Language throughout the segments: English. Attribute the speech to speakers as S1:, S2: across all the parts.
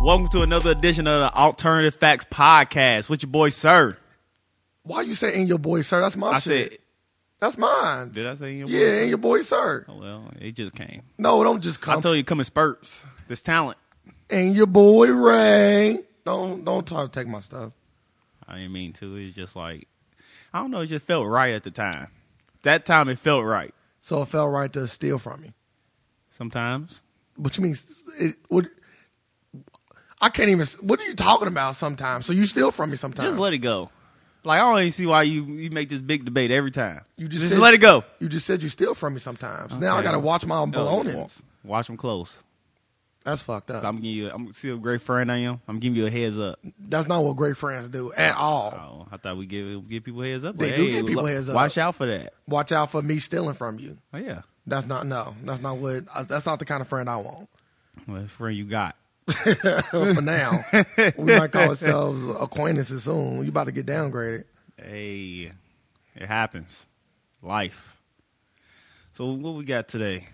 S1: Welcome to another edition of the Alternative Facts Podcast with your boy Sir.
S2: Why you saying your boy, sir? That's my
S1: I
S2: shit.
S1: said,
S2: That's mine.
S1: Did I say in your boy,
S2: Yeah,
S1: sir?
S2: and your boy, sir.
S1: oh, well, it just came.
S2: No, don't just
S1: I
S2: come.
S1: told you, come in spurts. There's talent.
S2: and your boy, Ray. Don't don't try to take my stuff.
S1: I didn't mean to. It's just like, I don't know. It just felt right at the time. That time it felt right.
S2: So it felt right to steal from me.
S1: Sometimes
S2: Which means it would. I can't even. What are you talking about? Sometimes, so you steal from me sometimes.
S1: just let it go. Like I don't even see why you you make this big debate every time.
S2: You just
S1: just
S2: said-
S1: let it go.
S2: You just said you steal from me sometimes. Now I
S1: Okay.
S2: got to watch my own
S1: No,
S2: belongings.
S1: Watch them close.
S2: That's fucked up.
S1: So I'm giving you. I'm see a great friend I am. I'm giving you a heads up.
S2: That's not what great friends do at
S1: Oh,
S2: all.
S1: I thought we give give people heads up.
S2: They
S1: Like,
S2: do
S1: hey,
S2: give people
S1: lo-
S2: heads up.
S1: Watch out for that.
S2: Watch out for me stealing from you.
S1: Oh yeah,
S2: That's not no. That's not what. uh, That's not the kind of friend I want.
S1: what friend you got?
S2: For now, we might call ourselves acquaintances soon. You about to get downgraded.
S1: Hey, it happens. Life. So what we got today?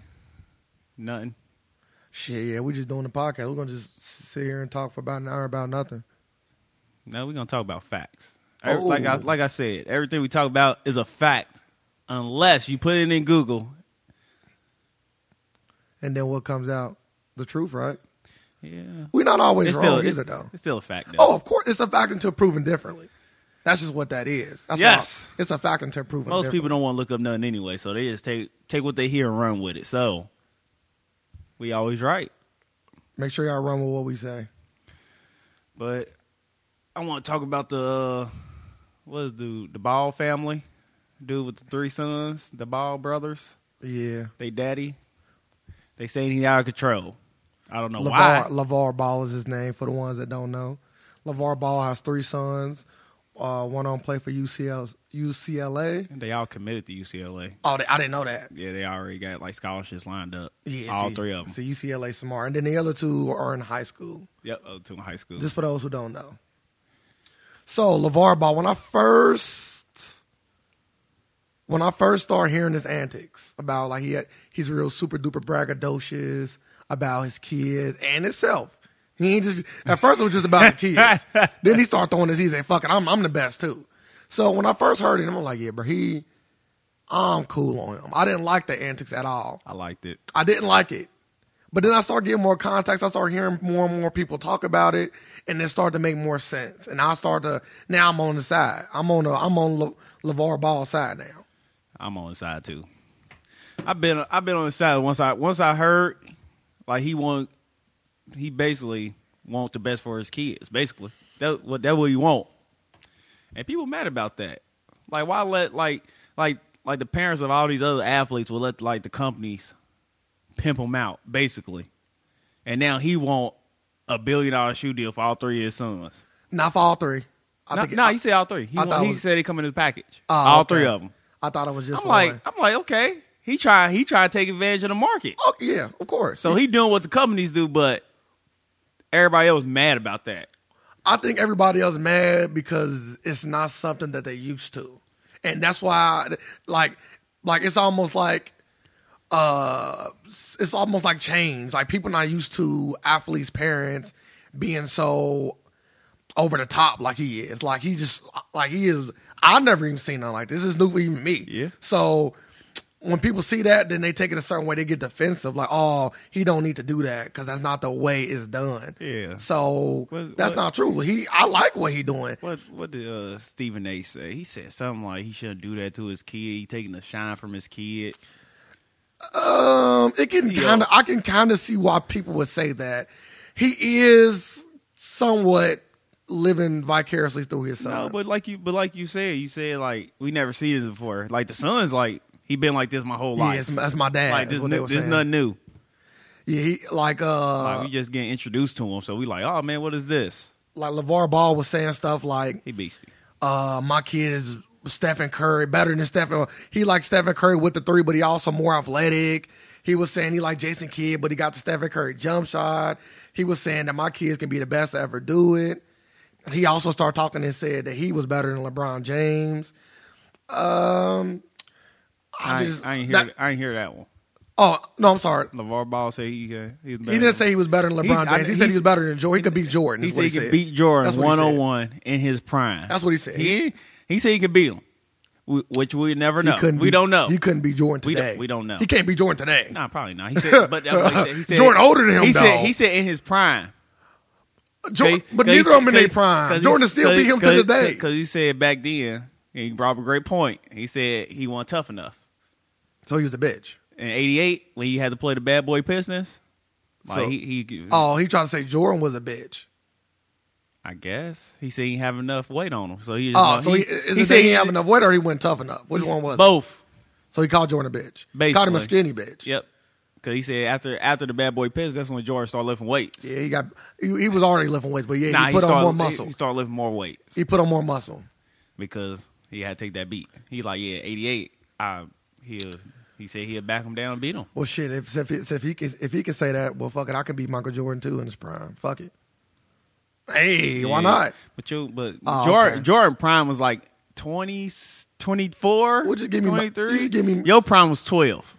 S1: Nothing.
S2: Shit, yeah, we just doing the podcast. We're gonna just sit here and talk for about an hour about nothing.
S1: No, we're gonna talk about facts. Every-
S2: Oh.
S1: Like I like I said, everything we talk about is a fact, unless you put it in Google.
S2: And then what comes out? The truth, right?
S1: Yeah,
S2: We're not always
S1: it's
S2: wrong
S1: still
S2: either,
S1: it's,
S2: though.
S1: it's still a fact. Though.
S2: Oh, of course, it's a fact until proven differently. That's just what that is. That's why
S1: Yes.
S2: it's a fact until proven.
S1: most
S2: different.
S1: people don't want to look up nothing anyway, so they just take take what they hear and run with it. So we always right.
S2: make sure y'all run with what we say.
S1: But I want to talk about the uh, what is the the Ball family, dude with the three sons, the Ball brothers,
S2: Yeah,
S1: they daddy. They saying he's out of control. I don't know
S2: Lavar
S1: Oh, why.
S2: Lavar Ball is his name for the ones that don't know. Lavar Ball has three sons. Uh, one on play for UCL, UCLA.
S1: And they all committed to UCLA.
S2: Oh, they, I didn't know that.
S1: Yeah, they already got like scholarships lined up.
S2: Yeah,
S1: all
S2: see,
S1: three of them.
S2: So UCLA smart, and then the other two are in high school.
S1: Yep, uh, to high school.
S2: Just for those who don't know. So Levar Ball, when I first when I first started hearing his antics about like he had, he's real super duper braggadocious about his kids and himself. He ain't just at first it was just about the kids. then he started throwing his he's like, fuck it, I'm I'm the best too. So when I first heard him, I'm like, yeah, bro, he I'm cool on him. I didn't like the antics at all.
S1: I liked it.
S2: I didn't like it. But then I started getting more contacts. I started hearing more and more people talk about it, and it started to make more sense. And I started to now I'm on the side. I'm on the I'm on Le, Levar Ball side now.
S1: I'm on his side too. I've been I've been on his side once I once I heard like he want he basically want the best for his kids. Basically, that what that what he want. And people mad about that. Like why let like like like the parents of all these other athletes will let like the companies pimp him out basically, and now he want a billion dollar shoe deal for all three of his sons.
S2: Not for all three. I
S1: No,
S2: think it-
S1: no,
S2: I-
S1: he said all three. He,
S2: I
S1: want-
S2: thought it
S1: he
S2: was-
S1: said they come in the package.
S2: oh,
S1: all
S2: okay.
S1: three of them.
S2: I thought it was just
S1: I'm
S2: one.
S1: like, I'm like, okay. He try he try to take advantage of the market.
S2: oh yeah, of course.
S1: So he doing what the companies do, but everybody else mad about that.
S2: I think everybody else mad because it's not something that they used to, and that's why, like, like it's almost like, uh, it's almost like change. Like people not used to athletes' parents being so over the top like he is. Like he just like he is. I never even seen nothing like this. This is new for even me.
S1: Yeah.
S2: So when people see that, then they take it a certain way. They get defensive, like, "Oh, he don't need to do that because that's not the way it's done."
S1: Yeah.
S2: So
S1: What-
S2: that's
S1: what-
S2: not true. He, I like what he doing.
S1: What what did uh, Stephen A. say? He said something like he shouldn't do that to his kid. He taking the shine from his kid.
S2: Um, it can
S1: Yeah.
S2: kind of, I can kind of see why people would say that. He is somewhat living vicariously through his son.
S1: No, but like you, but like you said, you said like we never see this before. Like the son's like he been like this my whole
S2: yeah,
S1: life.
S2: it's, that's my dad.
S1: like
S2: is
S1: this,
S2: what they
S1: new,
S2: were
S1: this
S2: saying.
S1: nothing new.
S2: Yeah, he, like uh,
S1: Like we just getting introduced to him, so we like, oh man, what is this?
S2: like LeVar Ball was saying stuff like,
S1: He beastie.
S2: uh, my kid is Stephen Curry, better than Stephen. He likes Stephen Curry with the three, but he also more athletic. He was saying he liked Jason Kidd, but he got the Stephen Curry jump shot. He was saying that my kids can be the best to ever do it. He also started talking and said that he was better than LeBron James. Um, I,
S1: I, ain't-
S2: just
S1: I ain't hear
S2: that-
S1: that, I ain't hear that one.
S2: Oh no, I'm sorry.
S1: LeVar Ball said he can. He's
S2: He didn't say he was better than
S1: He's-
S2: LeBron
S1: I-
S2: James. He said he
S1: he's-
S2: was better than Jordan. He could beat Jordan.
S1: He
S2: is what
S1: said he could beat
S2: That's
S1: Jordan
S2: what he
S1: one
S2: said.
S1: on one in his prime.
S2: That's what he said.
S1: He he said he could beat him, wh- which we never know.
S2: He couldn't
S1: We
S2: beat-
S1: don't know.
S2: He couldn't be Jordan
S1: We don't-
S2: today.
S1: we don't know.
S2: He can't be Jordan today.
S1: Nah, probably not. He said, but that's what he said. He said
S2: Jordan older than him,
S1: He said
S2: dog.
S1: he said in his prime.
S2: Jordan,
S1: Cause-
S2: but
S1: cause he
S2: neither of them
S1: said-
S2: in their
S1: cause-
S2: prime.
S1: cause
S2: Jordan
S1: he-
S2: still
S1: cause-
S2: beat him to
S1: cause-
S2: this day.
S1: Cause he said back then, and he brought up a great point. He said he wasn't tough enough.
S2: So he was a bitch.
S1: In '88, when he had to play the bad boy Pistons, like
S2: So-
S1: he, he
S2: Oh, he tried to say Jordan was a bitch.
S1: I guess he said he didn't have enough weight on him, so he. Just
S2: Oh, so he, is he said he didn't have enough weight or he wasn't tough enough? Which one was it?
S1: both.
S2: So he called Jordan a bitch.
S1: Basically.
S2: Called him a skinny bitch.
S1: Yep, because he said after after the bad boy Pistons, that's when Jordan started lifting weights.
S2: Yeah, he got he, he was already lifting weights, but yeah,
S1: Nah,
S2: he put on
S1: started,
S2: more
S1: he-
S2: muscle.
S1: He started lifting more weight
S2: He put on more muscle.
S1: because he had to take that beat. He like, yeah, eighty eight. I he'll he said he'll back him down and beat him.
S2: Well, shit. If if he, if he can if he can say that, well, fuck it, I can beat Michael Jordan too in his prime. Fuck it. Hey, why
S1: Yeah.
S2: not?
S1: But you, but
S2: Oh,
S1: Jordan,
S2: okay.
S1: Jordan Prime was like 20, 24,
S2: Well, just give me my-
S1: 23.
S2: just give me-
S1: Your Prime was 12.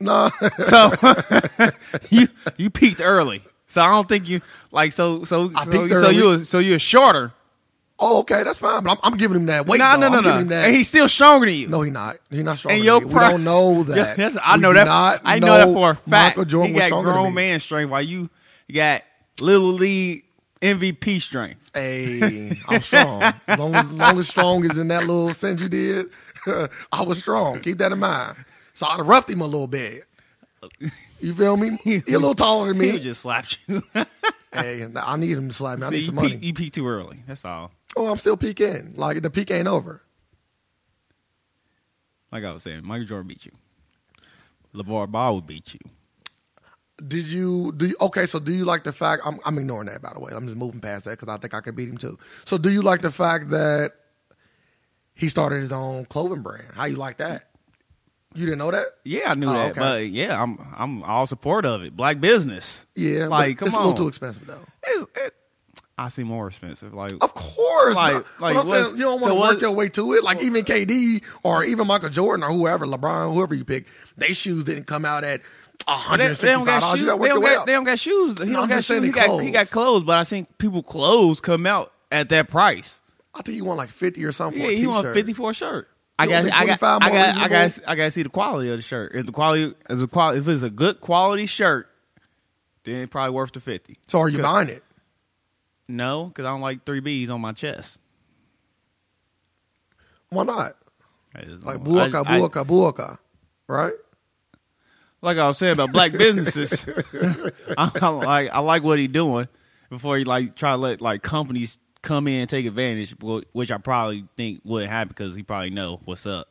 S2: No,
S1: So you you peaked early. So I don't think you like so so
S2: I
S1: so,
S2: peaked
S1: so
S2: early.
S1: you were, so you're shorter.
S2: oh, okay, that's fine. But I'm, I'm giving him that weight.
S1: no,
S2: though.
S1: no, no,
S2: I'm
S1: no.
S2: giving him that.
S1: And he's still stronger than you.
S2: No, he not. He not stronger.
S1: and
S2: than
S1: your
S2: me.
S1: prime,
S2: we don't know
S1: Yeah,
S2: that.
S1: that's- I
S2: We
S1: know
S2: do
S1: that.
S2: not
S1: I know that for a fact.
S2: Michael
S1: he
S2: Jordan was
S1: got
S2: stronger than
S1: grown
S2: me.
S1: man strength while you got little league MVP strength.
S2: Hey, I'm strong. As long as, as long as strong is in that little send you did, I was strong. Keep that in mind. So I'd have roughed him a little bit. You feel me? He a little taller than
S1: He would
S2: me.
S1: just slap you.
S2: Hey, I need him to slap me. I
S1: See,
S2: need
S1: you,
S2: some
S1: peak,
S2: money.
S1: you peak too early. That's all.
S2: Oh, I'm still peeking. Like the peak ain't over.
S1: Like I was saying, Michael Jordan beat you. LeVar Ball would beat you.
S2: Did you do? You, okay, so do you like the fact? I'm, I'm ignoring that by the way. I'm just moving past that because I think I could beat him too. So do you like the fact that he started his own clothing brand? How you like that? You didn't know that?
S1: Yeah, I knew
S2: Oh,
S1: that.
S2: okay.
S1: But yeah, I'm I'm all support of it. Black business.
S2: Yeah, but
S1: Like, come
S2: it's a little
S1: on.
S2: too expensive though.
S1: It's, it, I see more expensive. Like
S2: Of course,
S1: Like-
S2: but-
S1: like
S2: but I'm
S1: what's-
S2: saying you don't
S1: so
S2: want to
S1: what-
S2: work your way to it. Like even KD or even Michael Jordan or whoever, LeBron, whoever you pick, they shoes didn't come out at
S1: But
S2: hundred
S1: they,
S2: and
S1: they
S2: sixty
S1: don't
S2: five
S1: got
S2: dollars.
S1: shoes.
S2: You got to
S1: They
S2: work your
S1: don't
S2: way
S1: got,
S2: up.
S1: they don't got shoes. He
S2: No, I'm
S1: don't got
S2: just saying
S1: shoes. He
S2: they
S1: got, he
S2: clothes.
S1: got clothes, but I seen people clothes come out at that price.
S2: I think you want like fifty or something.
S1: Yeah,
S2: for a
S1: he won
S2: t-shirt.
S1: fifty for a shirt. I
S2: You
S1: got,
S2: don't think
S1: I got,
S2: 25
S1: I
S2: more
S1: got, I got,
S2: reasonable?
S1: I got to see the quality of the shirt. If the quality, is the quality, if it's a good quality shirt, then it probably worth the fifty.
S2: So are you buying it?
S1: No, because I don't like three B's on my chest.
S2: Why not?
S1: I just don't
S2: Like
S1: want-
S2: buoka,
S1: I- I-
S2: buoka, buoka, right?
S1: like I was saying about black businesses. I, I like I like what he doing before he like try to let like companies come in and take advantage, wh- which I probably think would happen because he probably know what's up.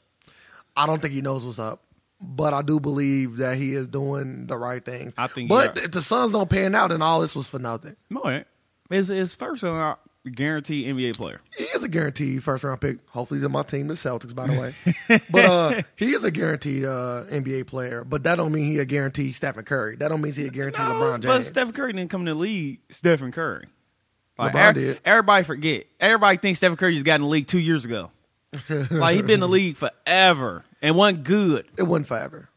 S2: I don't think he knows what's up, but I do believe that he is doing the right things.
S1: I think
S2: but
S1: you're-
S2: if the Suns don't pan out, then all this was for nothing.
S1: No, it it's it's first on a guaranteed NBA player.
S2: He is a guaranteed first round pick. Hopefully, he's on my team, the Celtics, by the way. but uh, he is a guaranteed uh, NBA player. But that don't mean he a guaranteed Stephen Curry. That don't mean he a guaranteed LeBron James.
S1: but Stephen Curry didn't come to the league. Stephen Curry. Like,
S2: LeBron
S1: er-
S2: did.
S1: Everybody forget. Everybody thinks Stephen Curry just got in the league two years ago. like he been in the league forever and wasn't good.
S2: it wasn't forever.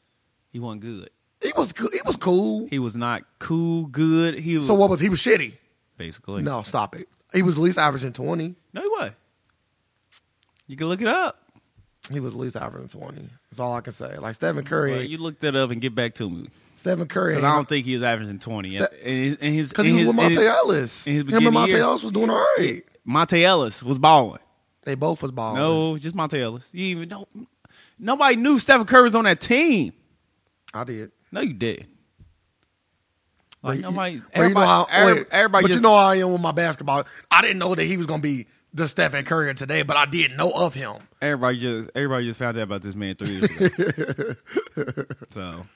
S1: He wasn't good.
S2: He was good. He was cool.
S1: He was not cool. Good. He was
S2: So what was he was shitty?
S1: basically
S2: No, stop it. He was at least averaging twenty.
S1: No, he was. You can look it up.
S2: He was at least averaging twenty. That's all I can say. Like Stephen Curry,
S1: But you look that up and get back to me
S2: Stephen Curry,
S1: because I don't think he was averaging twenty. And
S2: That-
S1: his, and his,
S2: because
S1: and
S2: he
S1: his-
S2: was with
S1: and
S2: Monte
S1: his-
S2: Ellis.
S1: in his
S2: Him
S1: beginning
S2: and Monte
S1: years-
S2: Ellis was doing all right.
S1: Monte Ellis was balling.
S2: They both was balling.
S1: No, just Monte Ellis. You even know nobody knew Stephen Curry was on that team.
S2: I did.
S1: No, you did. Like
S2: But you-
S1: nobody,
S2: but you know
S1: everybody,
S2: how-
S1: every-
S2: wait,
S1: everybody
S2: But
S1: just,
S2: you know how I am with my basketball. I didn't know that he was going to be the Stephen Curry of today, but I did know of him.
S1: everybody just, everybody just found out about this man three years ago. so,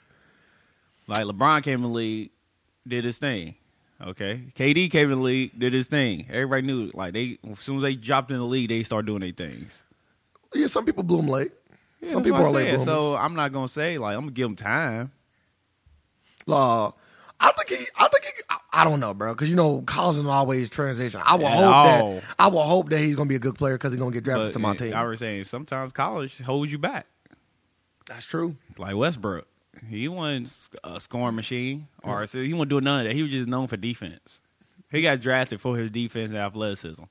S1: like LeBron came in the league, did his thing. Okay, KD came in the league, did his thing. Everybody knew, like they, as soon as they dropped in the league, they started doing their things.
S2: Yeah, some people blew him late.
S1: Yeah,
S2: some
S1: that's
S2: people
S1: what
S2: are
S1: I
S2: late
S1: said.
S2: bloomers.
S1: So I'm not gonna say like I'm gonna give him time.
S2: Uh, I think he. I think he. I, I don't know, bro, because you know, college is always transition. I will
S1: At
S2: hope
S1: all.
S2: that. I will hope that he's going to be a good player because he's going to get drafted
S1: But
S2: to my
S1: yeah,
S2: team.
S1: I was saying sometimes college holds you back,
S2: That's true.
S1: like Westbrook. He wasn't a scoring machine or so he wasn't doing none of that. He was just known for defense. He got drafted for his defense and athleticism.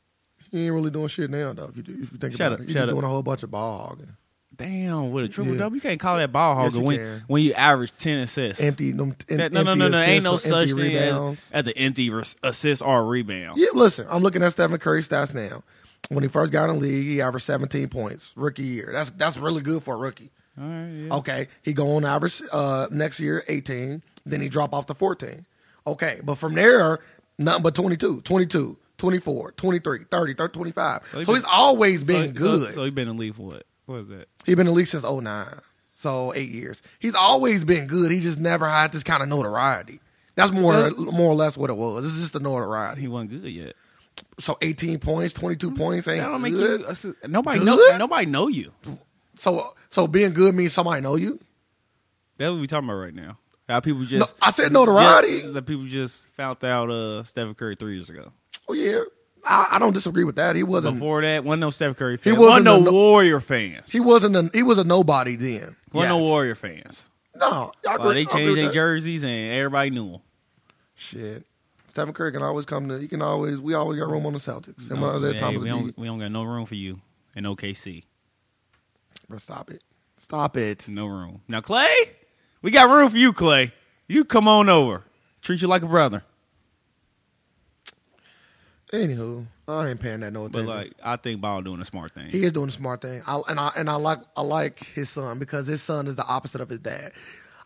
S2: He ain't really doing shit now, though. If you, do, if you think
S1: Shut
S2: about
S1: up,
S2: it, he's
S1: shut
S2: just
S1: up.
S2: doing a whole bunch of ball hogging,
S1: Damn, with a triple
S2: Yeah.
S1: double, you can't call that ball
S2: Yes,
S1: hogger
S2: you
S1: when
S2: can.
S1: when you average ten assists.
S2: empty them. em-
S1: That- no, no,
S2: empty
S1: no, no, ain't no
S2: assists or
S1: such
S2: empty
S1: thing as,
S2: rebounds.
S1: as an empty res- assist or rebound.
S2: Yeah, listen, I'm looking at Stephen Curry stats now. When he first got in the league, he averaged 17 points rookie year. That's that's really good for a rookie.
S1: All right, yeah.
S2: Okay, he go on average uh, next year 18, then he drop off to 14. Okay, but from there, nothing but 22, 22, 24, 23, 30, 30 25.
S1: So he
S2: So
S1: been-
S2: he's always been
S1: So- so-
S2: good.
S1: So, he been in the league for what? What is that?
S2: He's been in the league since 09, so eight years. He's always been good. He just never had this kind of notoriety. That's more more or less what it was. It's just the notoriety.
S1: He wasn't good yet.
S2: So 18 points, 22 points ain't
S1: That don't make
S2: good.
S1: you uh, assi- nobody
S2: Good?
S1: know nobody know you.
S2: So so being good means somebody know you.
S1: That's what we talking about right now. How people just
S2: No, I said notoriety.
S1: Yeah, that people just found out uh Stephen Curry three years ago.
S2: Oh yeah, I, I don't disagree with that. He wasn't.
S1: Before that, wasn't no Stephen Curry fans.
S2: Mm. wasn't
S1: wasn't no,
S2: a no-
S1: Warrior fans.
S2: He wasn't. A, he was a nobody then.
S1: wasn't
S2: Yes.
S1: no Warrior fans.
S2: No, I agree,
S1: Well,
S2: I
S1: they
S2: agree
S1: changed
S2: with
S1: their
S2: that.
S1: jerseys and everybody knew them.
S2: Shit. Stephen Curry can always come to. He can always. We always got room on the Celtics. And when I was at
S1: hey, we,
S2: Thomas B-
S1: don't, we don't got no room for you in OKC.
S2: Bro, stop it. Stop it.
S1: No room. Now, Clay, we got room for you, Clay. You come on over. Treat you like a brother.
S2: Anywho, I ain't paying that no
S1: But
S2: attention.
S1: like, I think Ball doing a smart thing.
S2: he is doing the smart thing. I, and I and I like I like his son because his son is the opposite of his dad.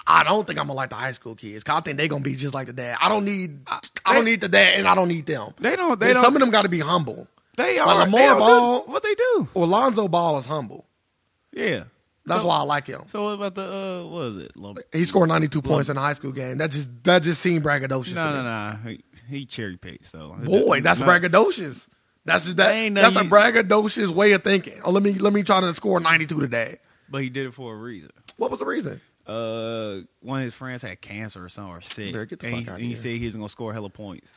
S2: I don't think I'm gonna like the high school kids. 'cause I think they're gonna be just like the dad. I don't need I, don't need the dad, and I don't need them.
S1: they don't. They
S2: And
S1: don't.
S2: some of them got to be humble.
S1: they are.
S2: like a
S1: they
S2: more
S1: don't do
S2: ball-
S1: What they do?
S2: Alonzo Ball is humble.
S1: Yeah.
S2: That's why I like him.
S1: So what about the uh, what is it? Lum-
S2: He scored 92 points in a high school game. That just that just seemed braggadocious
S1: No,
S2: to me.
S1: no, no. He, he cherry picked. So
S2: Boy, that's
S1: Not-
S2: braggadocious. That's just that.
S1: Ain't no
S2: that's a
S1: you-
S2: braggadocious way of thinking. Oh, let me let me try to score 92 today.
S1: But he did it for a reason.
S2: What was the reason?
S1: uh one of his friends had cancer or something or sick.
S2: Better get the
S1: and
S2: fuck
S1: he,
S2: outta
S1: and he
S2: here.
S1: said he was gonna score hella points.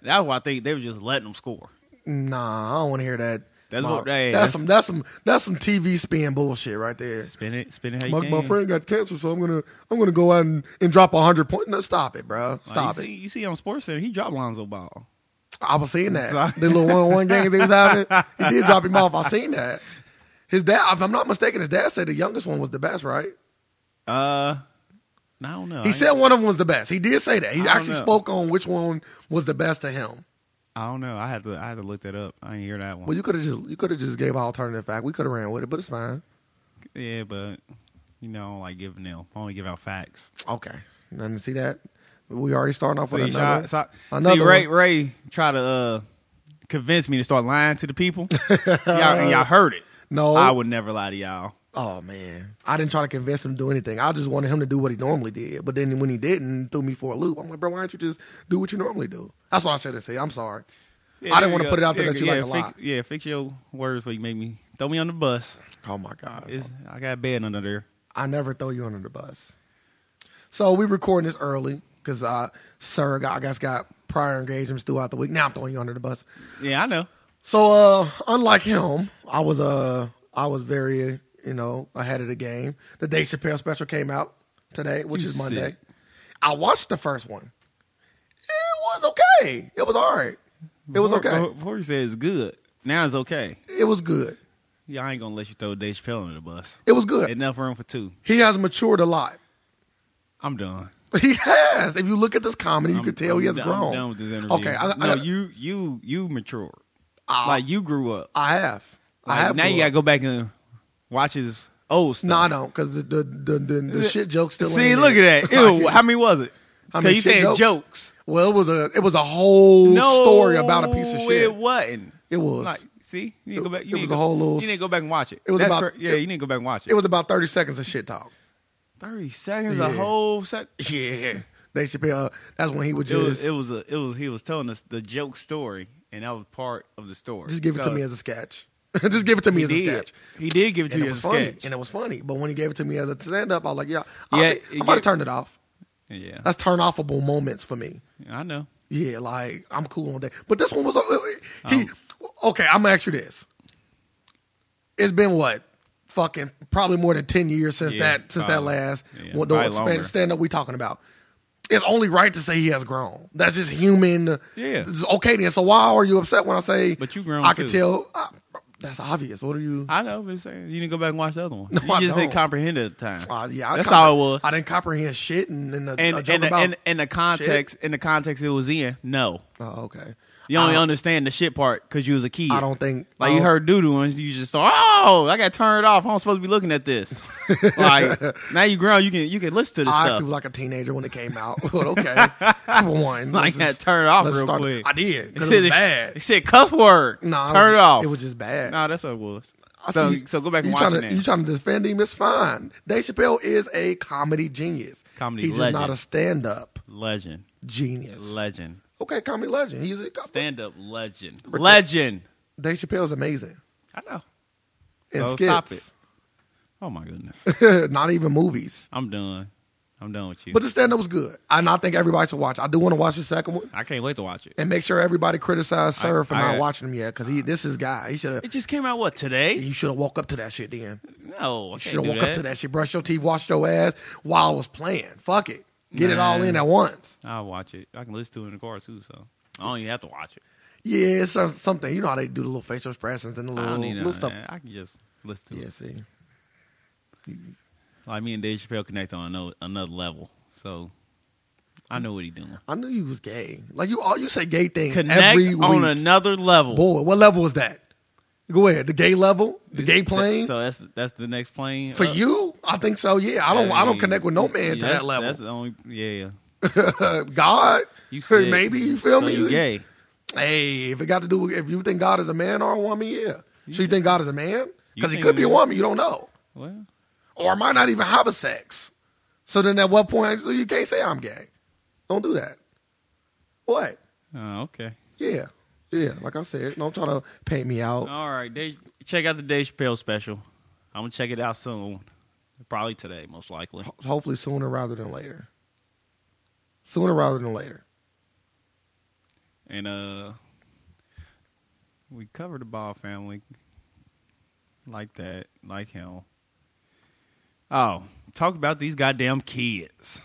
S1: That's why I think they were just letting him score.
S2: Nah, I don't want to hear that.
S1: That's
S2: Ma-
S1: what- hey, that's-
S2: that's some that's some that's some TV spin bullshit right there.
S1: Spin it, spin it how you
S2: My,
S1: can.
S2: my friend got cancer, so I'm gonna I'm gonna go out and, and drop a hundred point. No, stop it, bro.
S1: Like,
S2: Stop
S1: Oh, you
S2: it.
S1: See, you see on Sports Center, he dropped Lonzo Ball.
S2: I was seeing that.
S1: Sorry.
S2: The little one on one games they was having. He did drop him off. I seen that. His dad, if I'm not mistaken, his dad said the youngest one was the best, right?
S1: Uh, I don't know.
S2: He
S1: I-
S2: said one of them was the best. He did say that. He
S1: Uh, I don't
S2: actually
S1: know.
S2: spoke on which one was the best to him.
S1: I don't know. I had to, I had to look that up. I didn't hear that one.
S2: Well, you could have just you could have just gave an alternative fact. We could have ran with it, but it's fine.
S1: yeah, but you know, I don't like giving them. I only give out facts.
S2: Okay. Nothing to see that. We already starting off with
S1: See,
S2: another.
S1: so, see
S2: another
S1: Ray,
S2: one.
S1: Ray try to uh convince me to start lying to the people. y'all, y'all heard it.
S2: No.
S1: I would never lie to y'all.
S2: Oh man, I didn't try to convince him to do anything. I just wanted him to do what he normally did. But then when he didn't, it threw me for a loop. I'm like, bro, why don't you just do what you normally do? That's what I should have said. I'm sorry.
S1: Yeah,
S2: I
S1: there
S2: didn't want
S1: you
S2: to
S1: go.
S2: put it out there that
S1: go.
S2: you
S1: yeah,
S2: like a lot.
S1: fix, Yeah, fix your words before you make me throw me on the bus.
S2: Oh my god,
S1: It's, I got a bed under there.
S2: I never throw you under the bus. So we recording this early because uh, sir, I guess got prior engagements throughout the week. Now I'm throwing you under the bus.
S1: Yeah, I know.
S2: So uh, unlike him, I was uh I was very you know ahead of the game. The Dave Chappelle special came out today, which
S1: You
S2: is Monday.
S1: sick.
S2: I watched the first one. It was okay. It was all right. It was
S1: Before-
S2: okay.
S1: Before you said it's good. Now it's okay.
S2: It was good.
S1: Yeah, I ain't gonna let you throw Dave Chappelle under the bus.
S2: It was good.
S1: Enough room for two.
S2: He has matured a lot.
S1: I'm done.
S2: He has. If you look at this comedy, you
S1: I'm-
S2: can tell he
S1: I'm
S2: has
S1: done-
S2: grown.
S1: I'm done with this interview.
S2: okay, I, I,
S1: no, you you you matured.
S2: Ah.
S1: like you grew up.
S2: I have. I
S1: Like,
S2: have.
S1: now you
S2: grown.
S1: gotta go back and watch his old stuff.
S2: No, I don't, because the the, the, the, the shit jokes still.
S1: Uh, See,
S2: ain't
S1: look
S2: in.
S1: at that.
S2: Like,
S1: Ew, how many was it?
S2: How
S1: 'Cause
S2: many
S1: you
S2: shit
S1: saying
S2: jokes?
S1: jokes.
S2: Well, it was a it was a whole story about a piece of shit.
S1: It wasn't.
S2: It was.
S1: Like, see, you need to go back. You
S2: It
S1: need
S2: was
S1: to
S2: a
S1: go-
S2: whole little-
S1: You need to go back and watch it.
S2: It was
S1: That's
S2: about-
S1: cor- yeah.
S2: it-
S1: you need to go back and watch it.
S2: It was about thirty seconds of shit talk.
S1: Thirty seconds,
S2: Yeah.
S1: a whole sec.
S2: Yeah, they should be. Uh, that's when he would
S1: It
S2: just
S1: was. It was. A, it was. He was telling us the joke story, and that was part of the story.
S2: just give it to
S1: So,
S2: me as a sketch. just give it to me
S1: he
S2: as a
S1: did.
S2: sketch.
S1: He did give it to
S2: And
S1: you
S2: it was
S1: as a
S2: funny,
S1: sketch.
S2: and it was funny. But when he gave it to me as a stand up, I was like, "Yeah, I
S1: Yeah,
S2: think,
S1: it
S2: I'm about to
S1: get-
S2: turn it off."
S1: Yeah,
S2: That's turn offable moments for me.
S1: I know.
S2: Yeah, like I'm cool on that. But this one was uh,
S1: Oh.
S2: he. okay, I'm gonna ask you this. It's been what fucking probably more than ten years since
S1: Yeah,
S2: that since that
S1: probably.
S2: last
S1: Yeah,
S2: what
S1: probably
S2: the
S1: longer.
S2: stand, stand up we talking about. It's only right to say he has grown. That's just human.
S1: Yeah.
S2: It's okay then. So why are you upset when I say?
S1: But you grown,
S2: I could
S1: too.
S2: tell. I, that's obvious. What are you?
S1: I know, but it's saying you didn't go back and watch the other one. you
S2: I
S1: just didn't
S2: don't.
S1: comprehend it at the time.
S2: Uh, yeah, I
S1: that's
S2: compre-
S1: all it was.
S2: I didn't comprehend shit, and and, the,
S1: and
S2: a
S1: and
S2: joke
S1: the,
S2: about.
S1: and, and the context in the context it was in, no,
S2: oh, okay.
S1: you only
S2: I,
S1: understand the shit part because you was a kid.
S2: I don't think uh,
S1: like
S2: I
S1: you
S2: don't-
S1: heard doo doo and you just thought, oh, I got turned off. I'm supposed to be looking at this. like now you grown, you can you can listen to this
S2: I
S1: stuff.
S2: actually was like a teenager when it came out. but okay, for one,
S1: I
S2: let's
S1: got
S2: just-
S1: turned off
S2: let's
S1: real
S2: start-
S1: quick.
S2: I did
S1: It
S2: because
S1: said
S2: it was
S1: the-
S2: bad.
S1: It said cuss word.
S2: was-
S1: turn it off.
S2: It was just bad.
S1: nah, that's what it was.
S2: I
S1: So,
S2: see-
S1: so go back and
S2: you
S1: watch
S2: tryna-
S1: it. now.
S2: You trying to defend him? It's fine. Dave Chappelle is a comedy genius.
S1: Comedy
S2: He's just not
S1: legend.
S2: a stand-up
S1: legend,
S2: genius.
S1: legend,
S2: okay, comedy legend. He's a
S1: stand up legend, legend.
S2: Dave Chappelle's amazing.
S1: I know.
S2: And
S1: So
S2: skits.
S1: stop it. Oh my goodness,
S2: not even movies.
S1: I'm done. I'm done with you.
S2: But the stand-up was good, and I think everybody should watch. I do want to watch the second one.
S1: I can't wait to watch it.
S2: And make sure everybody criticized
S1: I-
S2: Sir for
S1: I-
S2: not watching him yet, because he this is guy. He should have
S1: It just came out what today?
S2: you should have walked up to that shit then.
S1: No, I
S2: Should
S1: can't
S2: have
S1: do
S2: walked
S1: that.
S2: up to that shit, brushed your teeth, washed your ass while I was playing. Fuck it. Get it all
S1: Nah.
S2: in at once.
S1: I'll watch it. I can listen to it in the car too, so I don't even have to watch it.
S2: Yeah, it's some- something. You know how they do the little facial expressions and the
S1: I
S2: little,
S1: don't need
S2: little
S1: none of
S2: stuff.
S1: that. I can just listen to
S2: Yeah,
S1: it.
S2: see.
S1: Like me and Dave Chappelle connect on another, another level, so I know what he's doing.
S2: I knew you was gay. Like you all you say gay thing
S1: Connect
S2: every
S1: on
S2: week.
S1: another level.
S2: Boy, what level is that? Go ahead. The gay level? The gay plane?
S1: So that's that's the next plane
S2: For
S1: up.
S2: you? I think so, yeah. I don't I don't
S1: mean,
S2: connect with no man
S1: yeah,
S2: to
S1: that's-
S2: that level.
S1: That's the only yeah.
S2: God,
S1: You said
S2: maybe you feel
S1: so
S2: me?
S1: You gay?
S2: Hey, if it got to do, if you think God is a man or a woman, yeah. so you think God is a man?
S1: You
S2: Because he
S1: think
S2: could be a
S1: he-
S2: woman. You don't know,
S1: Well,
S2: or might not even have a sex. So then, at what point so you can't say I'm gay? Don't do that. What?
S1: oh, okay.
S2: Yeah, yeah. Like I said, don't try to paint me out.
S1: All right, Dave, check out the Dave Chappelle special. I'm gonna check it out soon, probably today, most likely.
S2: Ho- Hopefully, sooner rather than later. Sooner rather than later.
S1: And uh, we covered the Ball family like that, like him. Oh, talk about these goddamn kids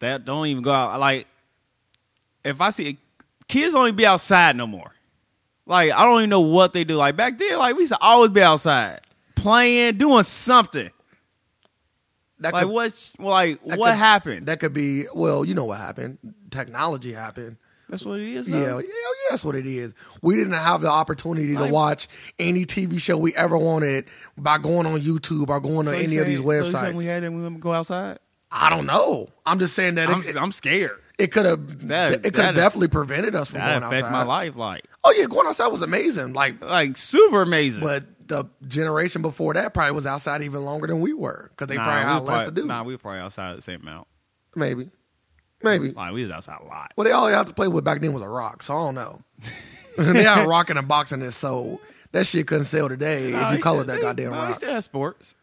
S1: that don't even go out. Like, if I see kids, don't even be outside no more. Like, I don't even know what they do. Like back then, like we used to always be outside playing, doing something.
S2: That
S1: Like
S2: could-
S1: what? Like
S2: that
S1: what
S2: could-
S1: happened?
S2: That could be. Well, you know what happened. Technology happened.
S1: That's what it is.
S2: Yeah,
S1: though.
S2: hell yeah, that's what it is. We didn't have the opportunity to
S1: Like-
S2: watch any TV show we ever wanted by going on YouTube or going
S1: So
S2: on
S1: you
S2: any of these
S1: saying- so you saying
S2: websites.
S1: we had them. We gonna go outside.
S2: I don't know. I'm just saying that
S1: I'm,
S2: it,
S1: I'm scared.
S2: it could have
S1: That-
S2: it could
S1: that
S2: have
S1: is-
S2: definitely prevented us from
S1: That
S2: going
S1: affect
S2: outside.
S1: my life, like,
S2: Oh yeah, going outside was amazing. Like,
S1: like super amazing.
S2: but the generation before that probably was outside even longer than we were because they
S1: Nah,
S2: probably
S1: we
S2: had
S1: were
S2: less to
S1: probably-
S2: do.
S1: Nah, we were probably outside the same amount.
S2: Maybe, maybe.
S1: Like we was outside a lot.
S2: Well, they all they had to play with back then was a rock, so I don't know. they had a rock and a box in it, so that shit couldn't sell today
S1: Nah,
S2: if
S1: he
S2: you colored
S1: said-
S2: that
S1: they-
S2: goddamn
S1: nah, He
S2: rock.
S1: still has sports.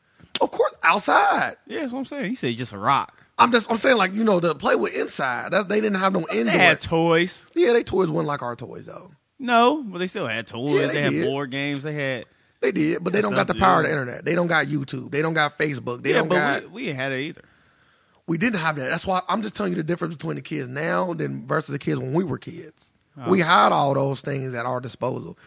S2: Of course, outside.
S1: Yeah, that's what I'm saying. He said just a rock.
S2: I'm just I'm saying like you know the play with inside. That's they didn't have no
S1: They
S2: indoor.
S1: had toys.
S2: yeah, they toys weren't like our toys though.
S1: No, but they still had toys.
S2: Yeah,
S1: they
S2: they
S1: had
S2: did.
S1: board games. They had.
S2: They did, but they
S1: Yeah,
S2: don't
S1: stuff,
S2: got the power of
S1: yeah.
S2: the internet. They don't got YouTube. They don't got Facebook. They
S1: yeah,
S2: don't
S1: but
S2: got.
S1: we,
S2: We,
S1: we ain't had it either.
S2: didn't have that. That's why I'm just telling you the difference between the kids now than versus the kids when we were kids.
S1: Oh.
S2: We had all those things at our disposal.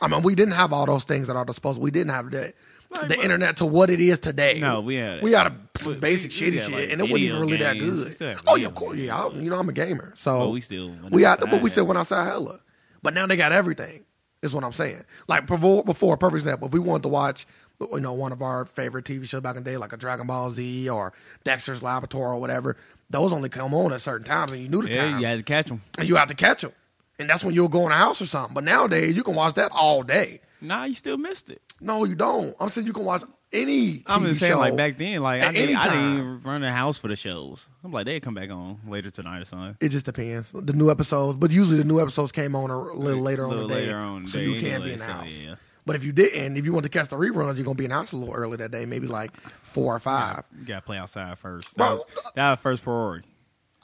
S2: I mean, we didn't have all those things at our disposal. We didn't have that.
S1: Like,
S2: the
S1: but-
S2: internet to what it is today.
S1: No, we had it.
S2: we had a, some
S1: We-
S2: basic
S1: we- we
S2: shitty
S1: had,
S2: shit,
S1: like,
S2: and it wasn't
S1: video
S2: even really that
S1: games. We still
S2: good.
S1: had
S2: Oh yeah,
S1: video
S2: of course.
S1: games.
S2: Yeah, I, you know I'm a gamer, so
S1: But we still went
S2: we out, but we
S1: outside.
S2: still went outside hella. But now they got everything. Is what I'm saying. Like before, before perfect example, if we wanted to watch, you know, one of our favorite TV shows back in the day, like a Dragon Ball Z or Dexter's Laboratory or whatever, those only come on at certain times, and you knew the
S1: Yeah,
S2: time,
S1: you had to catch them.
S2: and you have to catch them, and that's when you'll go in the house or something. But nowadays, you can watch that all day.
S1: Nah, you still missed it.
S2: No, you don't. I'm saying you can watch any. TV
S1: I'm just saying,
S2: show
S1: like back then, like I,
S2: at
S1: did,
S2: any
S1: I didn't
S2: time.
S1: even run the house for the shows. I'm like they come back on later tonight or something.
S2: It just depends. The new episodes, but usually the new episodes came on a little later
S1: little
S2: on the day,
S1: later on in the
S2: so
S1: day
S2: you can be
S1: anyway,
S2: in the
S1: so,
S2: house.
S1: yeah.
S2: But if you didn't, if you want to catch the reruns, you're gonna be in the house a little early that day, maybe like four or five.
S1: You gotta play outside first. That,
S2: Bro,
S1: was, that was first priority.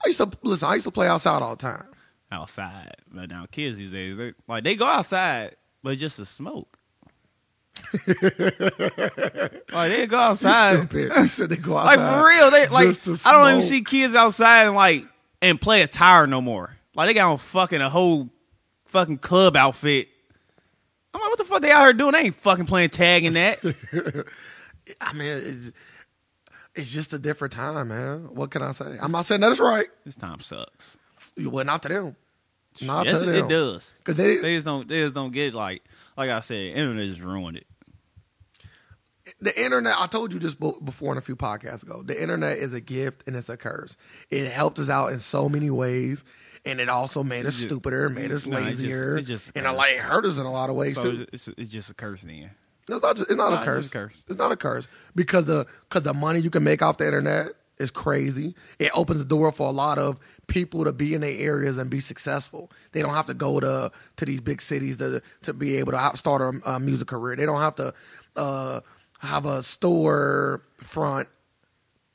S2: I used to listen. I used to play outside all the time.
S1: outside. But now kids these days, they like they go outside, but just to smoke. Like they go
S2: You
S1: outside.
S2: stupid. You said they go
S1: Like
S2: outside.
S1: for real, they like
S2: just to
S1: I don't even
S2: smoke.
S1: see kids outside and like and play a tire no more. Like they got on fucking a whole fucking club outfit. I'm like, what the fuck they out here doing? They ain't fucking playing tag in that.
S2: I mean, it's, it's just a different time, man. What can I say? I'm not saying that is right.
S1: this time sucks.
S2: You went out to them. Not
S1: yes,
S2: to
S1: it,
S2: them.
S1: it does.
S2: Cause they,
S1: They just don't. They just don't get it. like like I said. Internet just ruined it.
S2: the internet. I told you this bo- before in a few podcasts ago. The internet is a gift and it's a curse. It helped us out in so many ways, and it also made us
S1: ju-
S2: stupider, made us
S1: nah, it's just-
S2: lazier,
S1: it's just a
S2: and it
S1: curse.
S2: like hurt us in a lot of ways
S1: So
S2: too.
S1: it's, it's just a curse then.
S2: No, It's not, just, it's not
S1: Nah,
S2: a
S1: it's
S2: curse.
S1: just a curse.
S2: It's not a curse because the because the money you can make off the internet is crazy. It opens the door for a lot of people to be in their areas and be successful. They don't have to go to to these big cities to to be able to out- start a, a music career. They don't have to uh, have a store front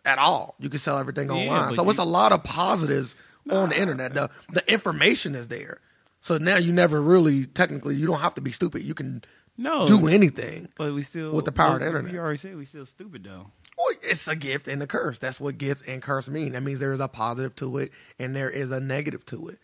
S2: at all. You can sell everything online.
S1: but
S2: So it's
S1: you-
S2: a lot of positives on the internet. The the information is there. So now you never really technically you don't have to be stupid. You can
S1: No.
S2: do anything.
S1: But we still
S2: With the power of
S1: we-
S2: the internet.
S1: We already said we still stupid though.
S2: Well, it's a gift and a curse. That's what gift and curse mean. That means there is a positive to it and there is a negative to it.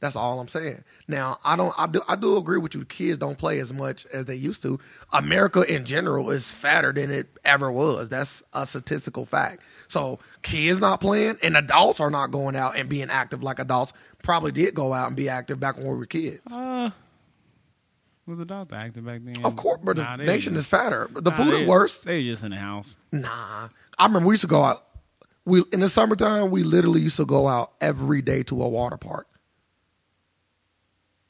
S2: That's all I'm saying. Now, I don't I do I do agree with you. Kids don't play as much as they used to. America in general is fatter than it ever was. That's a statistical fact. So, kids not playing and adults are not going out and being active like adults probably did go out and be active back when we were kids.
S1: Uh, was the doctor acting back then?
S2: Of course, but the
S1: Nah, they
S2: nation
S1: just-
S2: is fatter. The
S1: nah,
S2: food
S1: they-
S2: is worse.
S1: They just in the house.
S2: Nah, I remember we used to go out. We in the summertime, we literally used to go out every day to a water park.